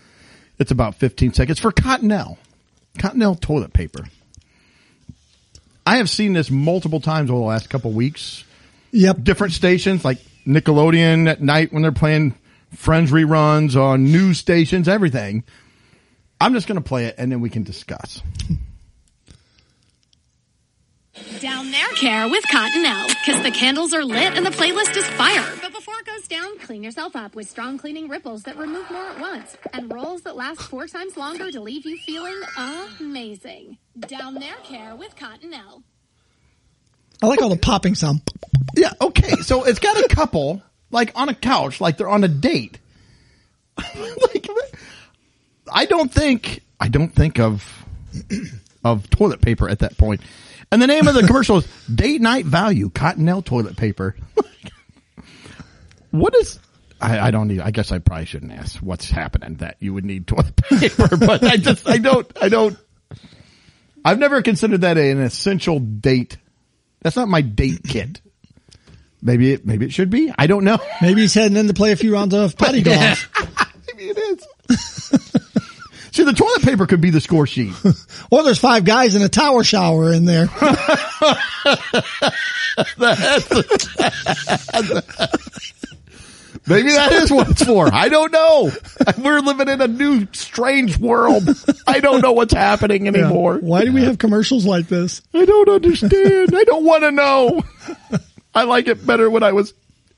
[SPEAKER 1] It's about 15 seconds for Cottonelle. Cottonelle toilet paper. I have seen this multiple times over the last couple weeks.
[SPEAKER 2] Yep.
[SPEAKER 1] Different stations like Nickelodeon at night when they're playing Friends reruns on news stations, everything. I'm just going to play it and then we can discuss.
[SPEAKER 4] Down there care with Cottonelle, because the candles are lit and the playlist is fire. But before it goes down, clean yourself up with strong cleaning ripples that remove more at once and rolls that last four times longer to leave you feeling amazing. Down there care with Cottonelle.
[SPEAKER 2] I like all the popping sound.
[SPEAKER 1] Yeah, okay. So it's got a couple like on a couch, like they're on a date. [LAUGHS] like I don't think I don't think of of toilet paper at that point. And the name of the commercial is Date Night Value Cottonelle Toilet Paper. what is I, I don't need I guess I probably shouldn't ask what's happening that you would need toilet [LAUGHS] paper, but I just I don't I don't I've never considered that an essential date. That's not my date kit. Maybe it maybe it should be. I don't know. [LAUGHS]
[SPEAKER 2] Maybe he's heading in to play a few rounds of
[SPEAKER 3] [LAUGHS]
[SPEAKER 2] potty golf.
[SPEAKER 1] Maybe it is. [LAUGHS] See, the toilet paper could be the score sheet.
[SPEAKER 2] Or there's five guys in a tower shower in
[SPEAKER 3] [LAUGHS]
[SPEAKER 2] there.
[SPEAKER 1] Maybe that is what it's for. I don't know. [LAUGHS] We're living in a new strange world. I don't know what's happening
[SPEAKER 2] Yeah.
[SPEAKER 1] anymore.
[SPEAKER 2] Why do we have commercials like this?
[SPEAKER 1] I don't understand. I don't want to know. I like it better when I was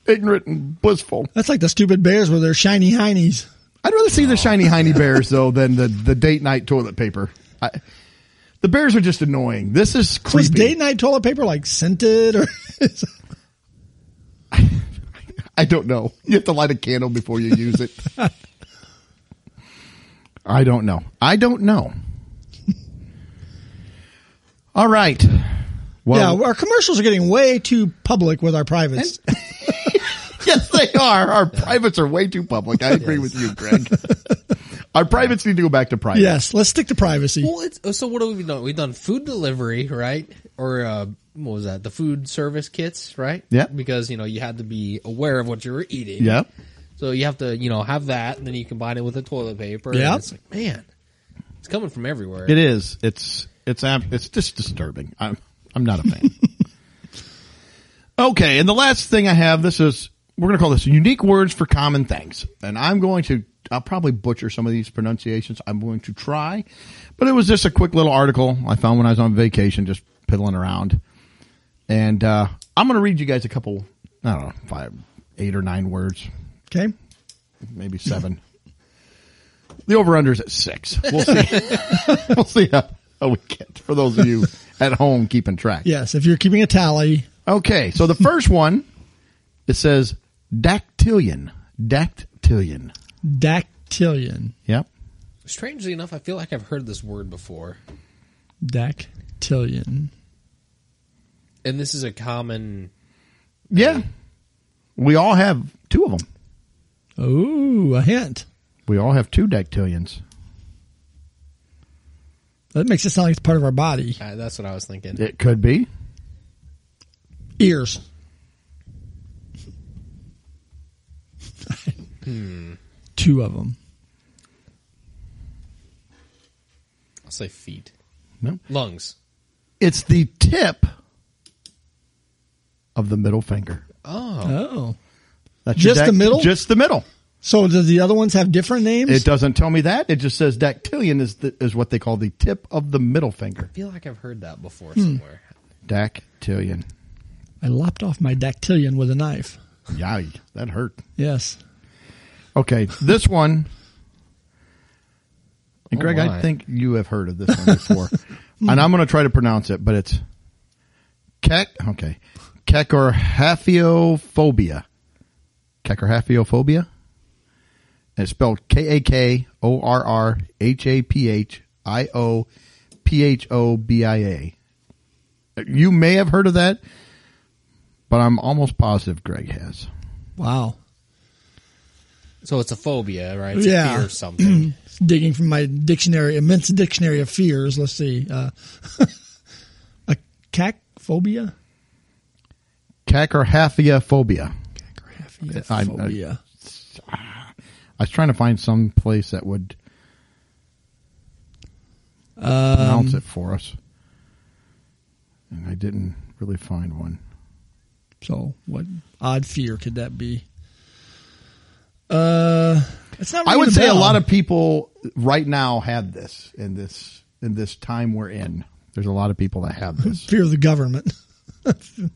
[SPEAKER 1] ignorant and blissful.
[SPEAKER 2] That's like the stupid bears with their shiny heinies.
[SPEAKER 1] I'd rather see the shiny heiny bears though than the the date night toilet paper. I, the bears are just annoying. This is creepy.
[SPEAKER 2] Was date night toilet paper like scented or? [LAUGHS]
[SPEAKER 1] I don't know. [LAUGHS] You have to light a candle before you use it. I don't know. I don't know. All right. Well,
[SPEAKER 2] yeah, our commercials are getting way too public with our privates.
[SPEAKER 1] yes, [LAUGHS] they are. Our privates are way too public. I agree with you,
[SPEAKER 2] [LAUGHS]
[SPEAKER 1] Greg. Our privates need to go back to private.
[SPEAKER 2] yes, let's stick to privacy.
[SPEAKER 3] Well, it's, oh, so what have we done? We've done food delivery, right? Or uh, what was that? The food service kits, right?
[SPEAKER 1] Yeah.
[SPEAKER 3] Because you know you had to be aware of what you were eating.
[SPEAKER 1] Yeah.
[SPEAKER 3] So you have to you know have that, and then you combine it with the toilet paper. and
[SPEAKER 2] Yeah.
[SPEAKER 3] It's like man, it's coming from everywhere.
[SPEAKER 1] It is. It's it's ab- it's just disturbing. I'm I'm not a fan. okay, and the last thing I have this is we're going to call this unique words for common things, and I'm going to I'll probably butcher some of these pronunciations. I'm going to try, but it was just a quick little article I found when I was on vacation, just piddling around, and uh, I'm going to read you guys a couple. I don't know five, eight or nine words,
[SPEAKER 2] Okay.
[SPEAKER 1] maybe seven. [LAUGHS] The over under is at six. We'll see. [LAUGHS] we'll see how, how we get for those of
[SPEAKER 2] [LAUGHS]
[SPEAKER 1] you at home keeping track.
[SPEAKER 2] Yes, if you're keeping a tally,
[SPEAKER 1] Okay. So the first one, it says dactylian. Dactylian.
[SPEAKER 2] dactylian.
[SPEAKER 1] Yep.
[SPEAKER 3] Strangely enough, I feel like I've heard this word before,
[SPEAKER 2] Dactylian.
[SPEAKER 3] and this is a common.
[SPEAKER 1] Yeah. We all have two of them.
[SPEAKER 2] Oh, a hint.
[SPEAKER 1] We all have two dactylians.
[SPEAKER 2] That makes it sound like it's part of our body.
[SPEAKER 3] Uh, that's what I was thinking.
[SPEAKER 1] It could be.
[SPEAKER 2] Ears. Two of them.
[SPEAKER 3] I'll say feet,
[SPEAKER 1] No.
[SPEAKER 3] lungs.
[SPEAKER 1] It's the tip of the middle finger.
[SPEAKER 3] Oh,
[SPEAKER 2] Oh.
[SPEAKER 1] That's your
[SPEAKER 2] Just the middle?
[SPEAKER 1] Just the middle.
[SPEAKER 2] So does the other ones have different names?
[SPEAKER 1] It doesn't tell me that. It just says dactylian is the, is what they call the tip of the middle finger.
[SPEAKER 3] I feel like I've heard that before
[SPEAKER 2] Hmm.
[SPEAKER 3] somewhere.
[SPEAKER 1] Dactylian.
[SPEAKER 2] I lopped off my dactylian with a knife.
[SPEAKER 1] Yeah, that hurt.
[SPEAKER 2] Yes.
[SPEAKER 1] Okay, this one. And
[SPEAKER 3] Oh
[SPEAKER 1] Greg, I
[SPEAKER 3] my.
[SPEAKER 1] think you have heard of this one before. and I'm going to try to pronounce it, but it's kek. Okay, kekorhafiophobia. Kekorhafiophobia. And it's spelled K A K O R R H A P H I O P H O B I A. You may have heard of that, but I'm almost positive Greg has.
[SPEAKER 2] Wow.
[SPEAKER 3] So it's a phobia, right? It's a
[SPEAKER 2] Yeah.
[SPEAKER 3] fear of [CLEARS THROAT] something.
[SPEAKER 2] Digging from my dictionary, immense dictionary of fears. Let's see. Uh, [LAUGHS] a cacophobia?
[SPEAKER 1] Cacorhaphia I-
[SPEAKER 2] Cacophobia.
[SPEAKER 1] I was trying to find some place that would pronounce it for us, and I didn't really find one.
[SPEAKER 2] So, what odd fear could that be? Uh, it's not.
[SPEAKER 1] I
[SPEAKER 2] ringing
[SPEAKER 1] would
[SPEAKER 2] a
[SPEAKER 1] say a
[SPEAKER 2] bell.
[SPEAKER 1] lot of people right now have this in this in this time we're in. There's a lot of people that have this.
[SPEAKER 2] fear of the government.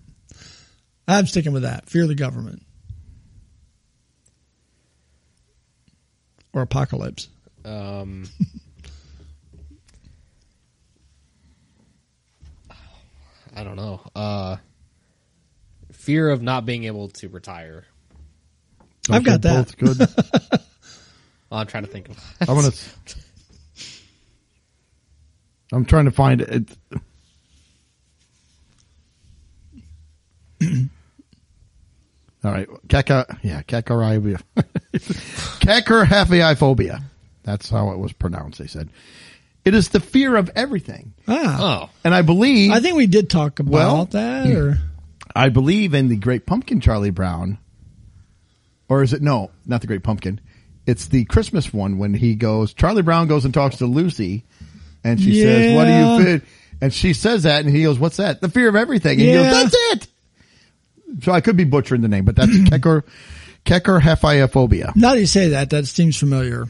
[SPEAKER 2] [LAUGHS] I'm sticking with that. Fear of the government or apocalypse.
[SPEAKER 3] um, I don't know. Uh, fear of not being able to retire.
[SPEAKER 1] Those
[SPEAKER 2] I've got
[SPEAKER 1] are
[SPEAKER 2] that.
[SPEAKER 1] Both
[SPEAKER 2] [LAUGHS]
[SPEAKER 1] good.
[SPEAKER 3] I'm trying to think of.
[SPEAKER 1] I'm gonna. I'm trying to find it. All right, Kaka, yeah, [LAUGHS] Kakaribia, Kakarhafiophobia. That's how it was pronounced. They said it is the fear of everything,
[SPEAKER 2] Ah,
[SPEAKER 3] [LAUGHS] Oh,
[SPEAKER 1] and I believe
[SPEAKER 2] I think we did talk about
[SPEAKER 1] Well-
[SPEAKER 2] that. Or
[SPEAKER 1] I believe in the Great Pumpkin, Charlie Brown, or is it no, not the Great Pumpkin? It's the Christmas one when he goes. Charlie Brown goes and talks to Lucy, and she says, "What
[SPEAKER 2] Yeah.
[SPEAKER 1] do you feel?" And she says that, and he goes, "What's that?" The fear of everything. And he
[SPEAKER 2] Yeah.
[SPEAKER 1] goes, "That's it." So I could be butchering the name, but [CLEARS THROAT] that's Kecker Kecker Hefiophobia.
[SPEAKER 2] now that you say that, that seems familiar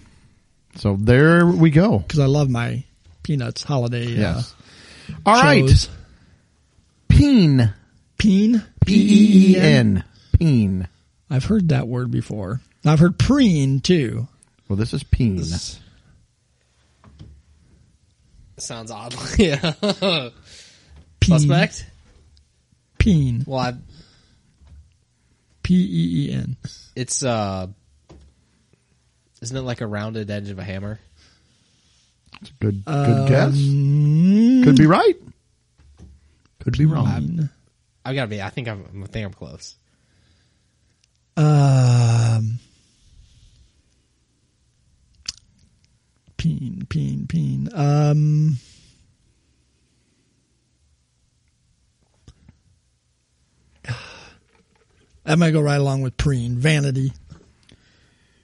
[SPEAKER 1] So there we go.
[SPEAKER 2] because I love my peanuts holiday.
[SPEAKER 1] Yes.
[SPEAKER 2] Uh,
[SPEAKER 1] All right,
[SPEAKER 2] shows.
[SPEAKER 1] peen
[SPEAKER 2] Peen.
[SPEAKER 1] p e e n peen.
[SPEAKER 2] I've heard that word before. I've heard preen too.
[SPEAKER 1] Well, this is peen.
[SPEAKER 3] sounds odd. [LAUGHS] yeah.
[SPEAKER 2] Peen.
[SPEAKER 3] Suspect.
[SPEAKER 2] Peen.
[SPEAKER 3] Hmm. Well, I've,
[SPEAKER 2] P e e n.
[SPEAKER 3] it's uh, isn't it like a rounded edge of a hammer?
[SPEAKER 1] It's a good good guess. Could be right. Could be wrong.
[SPEAKER 2] Peen.
[SPEAKER 3] I gotta be. I think I'm. I think I'm close.
[SPEAKER 2] Um, peen, peen, peen. Um, [SIGHS] I might go right along with preen, vanity.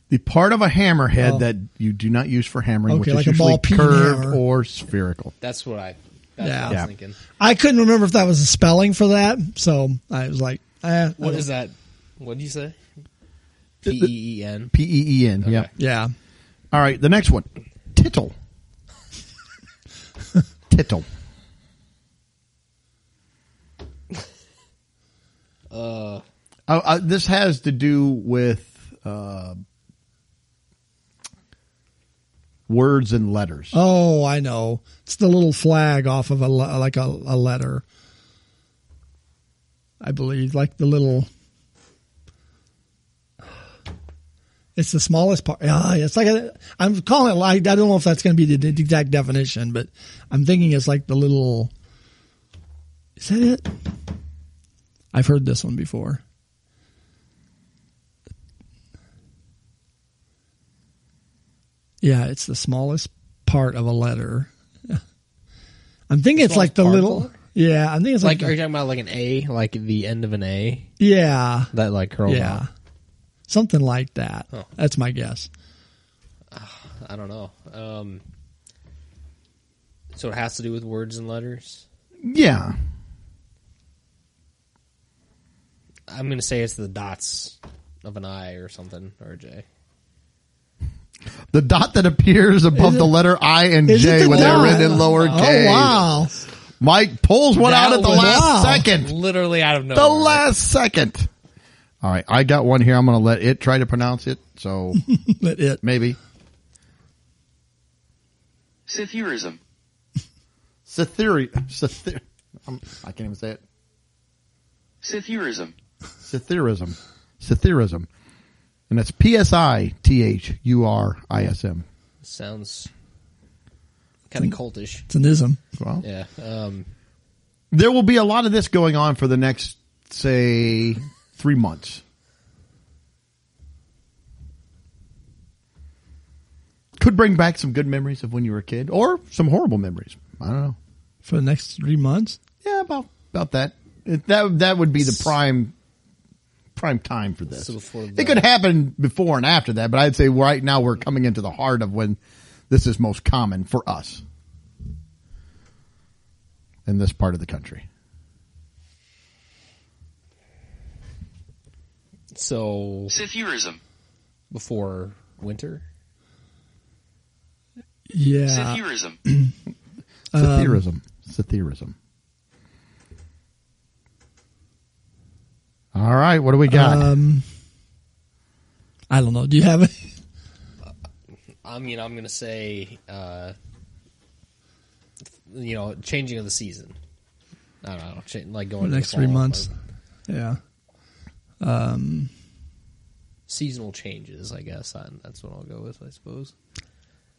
[SPEAKER 1] The part of a hammerhead
[SPEAKER 2] Oh.
[SPEAKER 1] that you do not use for hammering,
[SPEAKER 2] Okay,
[SPEAKER 1] which is
[SPEAKER 2] like a
[SPEAKER 1] usually
[SPEAKER 2] ball peen
[SPEAKER 1] curved
[SPEAKER 2] hammer.
[SPEAKER 1] or spherical.
[SPEAKER 3] That's what I. That's
[SPEAKER 2] Yeah.
[SPEAKER 3] what I was
[SPEAKER 1] Yeah.
[SPEAKER 3] thinking.
[SPEAKER 2] I couldn't remember if that was the spelling for that, so I was like, eh,
[SPEAKER 3] What is that? What did you say? P E E N.
[SPEAKER 1] P E E N. Yeah.
[SPEAKER 2] Yeah.
[SPEAKER 1] All right. The next one, tittle. tittle. Uh, uh, this has to do with uh, words and letters.
[SPEAKER 2] Oh, I know. It's the little flag off of a le- like a, a letter. I believe, like the little. It's the smallest part. Ah, it's like a, I'm calling it. Like, I don't know if that's going to be the, the exact definition, but I'm thinking it's like the little. Is that it? I've heard this one before. Yeah, it's the smallest part of a letter. [LAUGHS] I'm thinking it's like
[SPEAKER 3] smallest
[SPEAKER 2] the
[SPEAKER 3] part of a
[SPEAKER 2] little.
[SPEAKER 3] letter?
[SPEAKER 2] Yeah, I'm thinking it's
[SPEAKER 3] Like,
[SPEAKER 2] like,
[SPEAKER 3] are you talking about like an A, like the end of an A
[SPEAKER 2] yeah,
[SPEAKER 3] that like curls
[SPEAKER 2] yeah,
[SPEAKER 3] out?
[SPEAKER 2] something like that.
[SPEAKER 3] Oh.
[SPEAKER 2] That's my guess.
[SPEAKER 3] I don't know. Um, so it has to do with words and letters.
[SPEAKER 1] Yeah.
[SPEAKER 3] I'm gonna say it's the dots of an I or something or a J.
[SPEAKER 1] The dot that appears above the letter I and
[SPEAKER 2] Is it
[SPEAKER 1] J
[SPEAKER 2] the
[SPEAKER 1] when
[SPEAKER 2] dot?
[SPEAKER 1] they're written in lower
[SPEAKER 2] Oh
[SPEAKER 1] case.
[SPEAKER 2] wow! [LAUGHS]
[SPEAKER 1] Mike pulls one
[SPEAKER 3] That
[SPEAKER 1] out at the
[SPEAKER 3] was-
[SPEAKER 1] last
[SPEAKER 2] Wow.
[SPEAKER 1] second.
[SPEAKER 3] Literally out of nowhere.
[SPEAKER 1] The last second. All right, I got one here. I'm going to let it try to pronounce it.
[SPEAKER 2] [LAUGHS]
[SPEAKER 1] So
[SPEAKER 2] That it.
[SPEAKER 1] maybe
[SPEAKER 5] Sithurism.
[SPEAKER 1] Cytheria. Cyther- I'm, um, I can't even say it.
[SPEAKER 5] Cytherism.
[SPEAKER 1] Cytherism. Cytherism. And that's P S I T H U R I S M.
[SPEAKER 3] Sounds kind of cultish.
[SPEAKER 2] It's an ism.
[SPEAKER 1] Well,
[SPEAKER 3] Yeah. Um,
[SPEAKER 1] there will be a lot of this going on for the next, say, three months. Could bring back some good memories of when you were a kid, or some horrible memories. I don't know.
[SPEAKER 2] For the next three months?
[SPEAKER 1] Yeah, about about that. It, that that would be the prime prime time for this.
[SPEAKER 3] So before
[SPEAKER 1] it
[SPEAKER 3] the-
[SPEAKER 1] could happen before and after that, but I'd say right now we're coming into the heart of when this is most common for us in this part of the country.
[SPEAKER 3] so
[SPEAKER 5] Cytherism.
[SPEAKER 3] before winter,
[SPEAKER 2] Yeah.
[SPEAKER 5] Cytherism.
[SPEAKER 1] Satherism. Satherism. All right, what do we got?
[SPEAKER 2] Um, I don't know. Do you have it?
[SPEAKER 3] I mean, I'm going to say, uh, you know, changing of the season. I don't know, cha- like going
[SPEAKER 2] The
[SPEAKER 3] to the
[SPEAKER 2] next three
[SPEAKER 3] fall,
[SPEAKER 2] months?
[SPEAKER 3] or
[SPEAKER 2] Yeah.
[SPEAKER 3] seasonal changes. I guess I, that's what I'll go with. I suppose.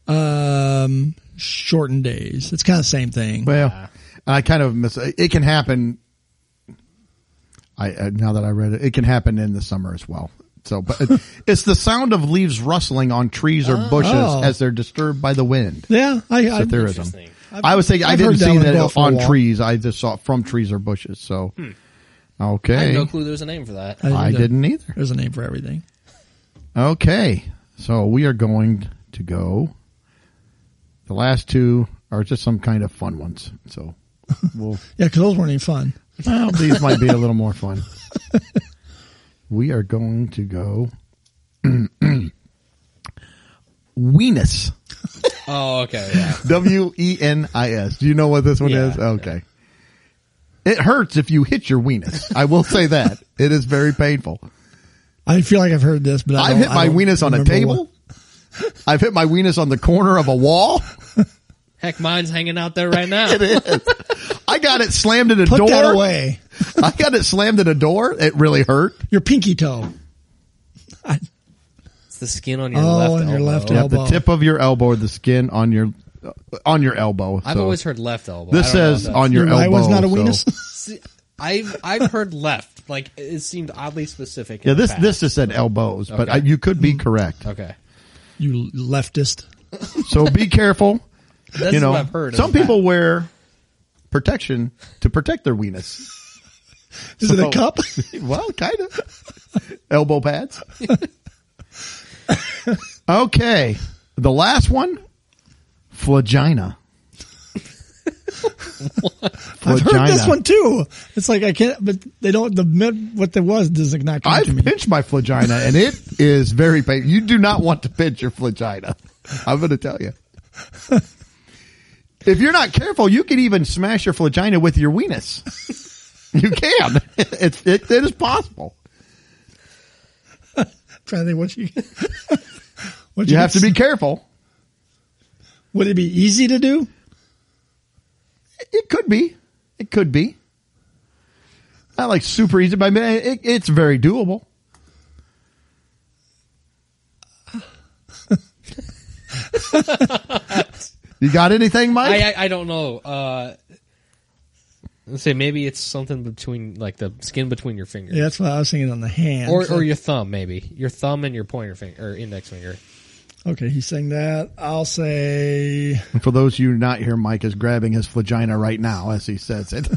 [SPEAKER 2] Um, shortened days. It's kind of the same thing.
[SPEAKER 1] well, I kind of miss it. Can happen. I uh, now that I read it, it can happen in the summer as well. So, but
[SPEAKER 2] [LAUGHS]
[SPEAKER 1] it, it's the sound of leaves rustling on trees or bushes
[SPEAKER 2] Oh.
[SPEAKER 1] as they're disturbed by the wind.
[SPEAKER 2] yeah, I, I
[SPEAKER 1] Satherism.
[SPEAKER 3] Interesting.
[SPEAKER 1] I was thinking I
[SPEAKER 2] I've
[SPEAKER 1] didn't
[SPEAKER 2] heard that
[SPEAKER 1] see
[SPEAKER 2] one
[SPEAKER 1] that,
[SPEAKER 2] go for a Hmm.
[SPEAKER 1] on
[SPEAKER 2] walk.
[SPEAKER 1] trees. I just saw it from trees or bushes. So, okay,
[SPEAKER 3] I had no clue there was a name for that.
[SPEAKER 1] I didn't either.
[SPEAKER 2] There's a name for everything.
[SPEAKER 1] Okay. So we are going to go. The last two are just some kind of fun ones.
[SPEAKER 2] [LAUGHS]
[SPEAKER 1] So we'll,
[SPEAKER 2] Yeah, because those weren't any fun.
[SPEAKER 1] well, these might be a little more
[SPEAKER 2] [LAUGHS]
[SPEAKER 1] fun. We are going to go. [CLEARS THROAT] Weenus.
[SPEAKER 3] Oh, okay. Yeah.
[SPEAKER 1] W E N I S. Do you know what this one
[SPEAKER 3] Yeah,
[SPEAKER 1] is? Okay. It hurts if you hit your weenus. I will say that. It is very painful.
[SPEAKER 2] I feel like I've heard this, but I
[SPEAKER 1] I've
[SPEAKER 2] don't-
[SPEAKER 1] hit
[SPEAKER 2] I
[SPEAKER 1] my
[SPEAKER 2] don't
[SPEAKER 1] weenus on a
[SPEAKER 2] remember
[SPEAKER 1] table.
[SPEAKER 2] what-
[SPEAKER 1] I've hit my weenus on the corner of a wall.
[SPEAKER 3] Heck, mine's hanging out there
[SPEAKER 1] [LAUGHS]
[SPEAKER 3] right now.
[SPEAKER 1] I got it slammed at a
[SPEAKER 2] Put
[SPEAKER 1] door.
[SPEAKER 2] that away.
[SPEAKER 1] [LAUGHS] I got it slammed at a door. It really hurt.
[SPEAKER 2] Your pinky toe. I,
[SPEAKER 3] It's the skin on your
[SPEAKER 2] Oh,
[SPEAKER 3] left
[SPEAKER 2] on your
[SPEAKER 3] elbow.
[SPEAKER 2] left
[SPEAKER 1] Yeah,
[SPEAKER 2] elbow.
[SPEAKER 1] the tip of your elbow, the skin on your uh, on your elbow.
[SPEAKER 3] I've
[SPEAKER 1] So
[SPEAKER 3] always heard left elbow.
[SPEAKER 1] this
[SPEAKER 3] I don't know
[SPEAKER 1] says
[SPEAKER 3] if
[SPEAKER 1] on your
[SPEAKER 2] Your right
[SPEAKER 1] elbow.
[SPEAKER 2] one's not a
[SPEAKER 1] so-
[SPEAKER 2] weenus?
[SPEAKER 3] that's- I've I've heard left. Like it seemed oddly specific.
[SPEAKER 1] [LAUGHS]
[SPEAKER 3] in
[SPEAKER 1] Yeah,
[SPEAKER 3] the
[SPEAKER 1] this
[SPEAKER 3] fact.
[SPEAKER 1] this just said elbows, but
[SPEAKER 3] Okay. Mm-hmm.
[SPEAKER 1] I, you could be correct.
[SPEAKER 3] okay.
[SPEAKER 2] [LAUGHS] you leftist.
[SPEAKER 1] So be careful.
[SPEAKER 3] [LAUGHS] This
[SPEAKER 1] you
[SPEAKER 3] is
[SPEAKER 1] know,
[SPEAKER 3] what I've heard. in
[SPEAKER 1] some
[SPEAKER 3] the
[SPEAKER 1] people
[SPEAKER 3] fact.
[SPEAKER 1] wear protection to protect their weenus.
[SPEAKER 2] Is it
[SPEAKER 1] So- [LAUGHS]
[SPEAKER 2] a cup?
[SPEAKER 1] well, kind of elbow pads. okay, the last one, flagina.
[SPEAKER 2] I've heard this
[SPEAKER 1] Flagina.
[SPEAKER 2] one too. It's like I can't, but they don't. The med- what there was doesn't not come
[SPEAKER 1] I've
[SPEAKER 2] to me.
[SPEAKER 1] pinched my flagina, and it is very painful. You do not want to pinch your flagina. I'm going to tell you. If you're not careful, you can even smash your flagina with your weenus. You can. [LAUGHS] It's it, it is possible.
[SPEAKER 2] trying to think what you. [LAUGHS] what
[SPEAKER 1] You have to be careful.
[SPEAKER 2] Would it be easy to do?
[SPEAKER 1] It could be. It could be. Not like super easy, but I mean, it, it's very doable. you got anything, Mike?
[SPEAKER 3] I, I I don't know. Uh, let's say maybe it's something between like the skin between your fingers.
[SPEAKER 2] Yeah, that's what I was thinking on the hand.
[SPEAKER 3] Or,
[SPEAKER 2] So-
[SPEAKER 3] or your thumb, maybe your thumb and your pointer finger or index finger.
[SPEAKER 2] okay, he's saying that. I'll say
[SPEAKER 1] And For those of you not here, Mike is grabbing his vagina right now as he says
[SPEAKER 2] [LAUGHS]
[SPEAKER 1] it.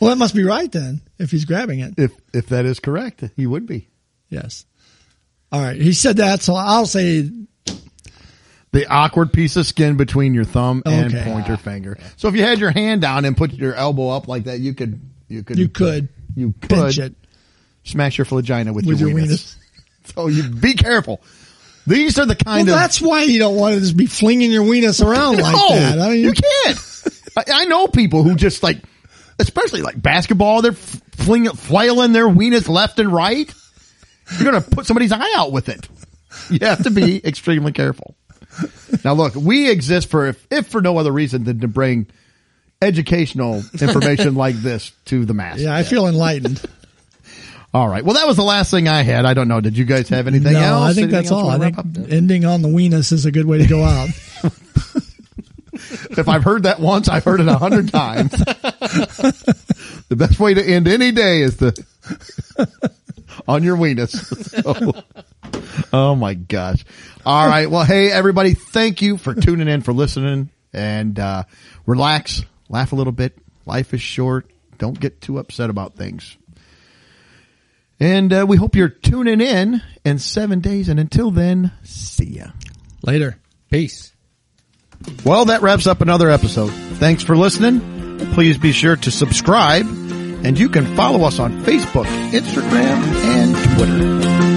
[SPEAKER 2] Well, that must be right then, if he's grabbing it.
[SPEAKER 1] if if that is correct, he would be.
[SPEAKER 2] Yes. All right. He said that, so I'll say
[SPEAKER 1] The awkward piece of skin between your thumb and
[SPEAKER 2] Okay.
[SPEAKER 1] pointer finger. So if you had your hand down and put your elbow up like that, you could you could
[SPEAKER 2] you could
[SPEAKER 1] you
[SPEAKER 2] pinch
[SPEAKER 1] could
[SPEAKER 2] it
[SPEAKER 1] smash your vagina with,
[SPEAKER 2] with
[SPEAKER 1] your,
[SPEAKER 2] your
[SPEAKER 1] weenus.
[SPEAKER 2] weenus.
[SPEAKER 1] [LAUGHS] So you be careful. These are the
[SPEAKER 2] Well,
[SPEAKER 1] kind of
[SPEAKER 2] that's why you don't want to just be flinging your weenus around
[SPEAKER 1] no,
[SPEAKER 2] like that. I mean,
[SPEAKER 1] you
[SPEAKER 2] [LAUGHS]
[SPEAKER 1] can't. I, I know people who just like, especially like basketball, they're f- fling, flailing their weenus left and
[SPEAKER 2] [LAUGHS]
[SPEAKER 1] right. You're going to put somebody's eye out with it. You have to be extremely careful. Now, look, we exist for if, if for no other reason than to bring
[SPEAKER 2] [LAUGHS]
[SPEAKER 1] educational information like this to the masses.
[SPEAKER 2] Yeah, I feel enlightened.
[SPEAKER 1] All right. Well, that was the last thing I had. I don't know. Did you guys have anything
[SPEAKER 2] no,
[SPEAKER 1] else?
[SPEAKER 2] I think
[SPEAKER 1] Anything
[SPEAKER 2] that's
[SPEAKER 1] else you
[SPEAKER 2] all. I
[SPEAKER 1] wanna
[SPEAKER 2] think
[SPEAKER 1] wrap up?
[SPEAKER 2] ending on the weenus is a good way to
[SPEAKER 1] [LAUGHS]
[SPEAKER 2] go out.
[SPEAKER 1] If I've heard that once, I've heard it a hundred times. [LAUGHS] the best way to end any day is to [LAUGHS] on your weenus. [LAUGHS] So- oh my gosh. All right. Well, hey everybody, thank you for tuning in, for listening and, uh, relax, laugh a little bit. Life is short. Don't get too upset about things. And, uh, we hope you're tuning in in seven days. And until then, see ya.
[SPEAKER 2] Later.
[SPEAKER 3] Peace.
[SPEAKER 1] Well, that wraps up another episode. Thanks for listening. Please be sure to subscribe and you can follow us on Facebook, Instagram, and Twitter.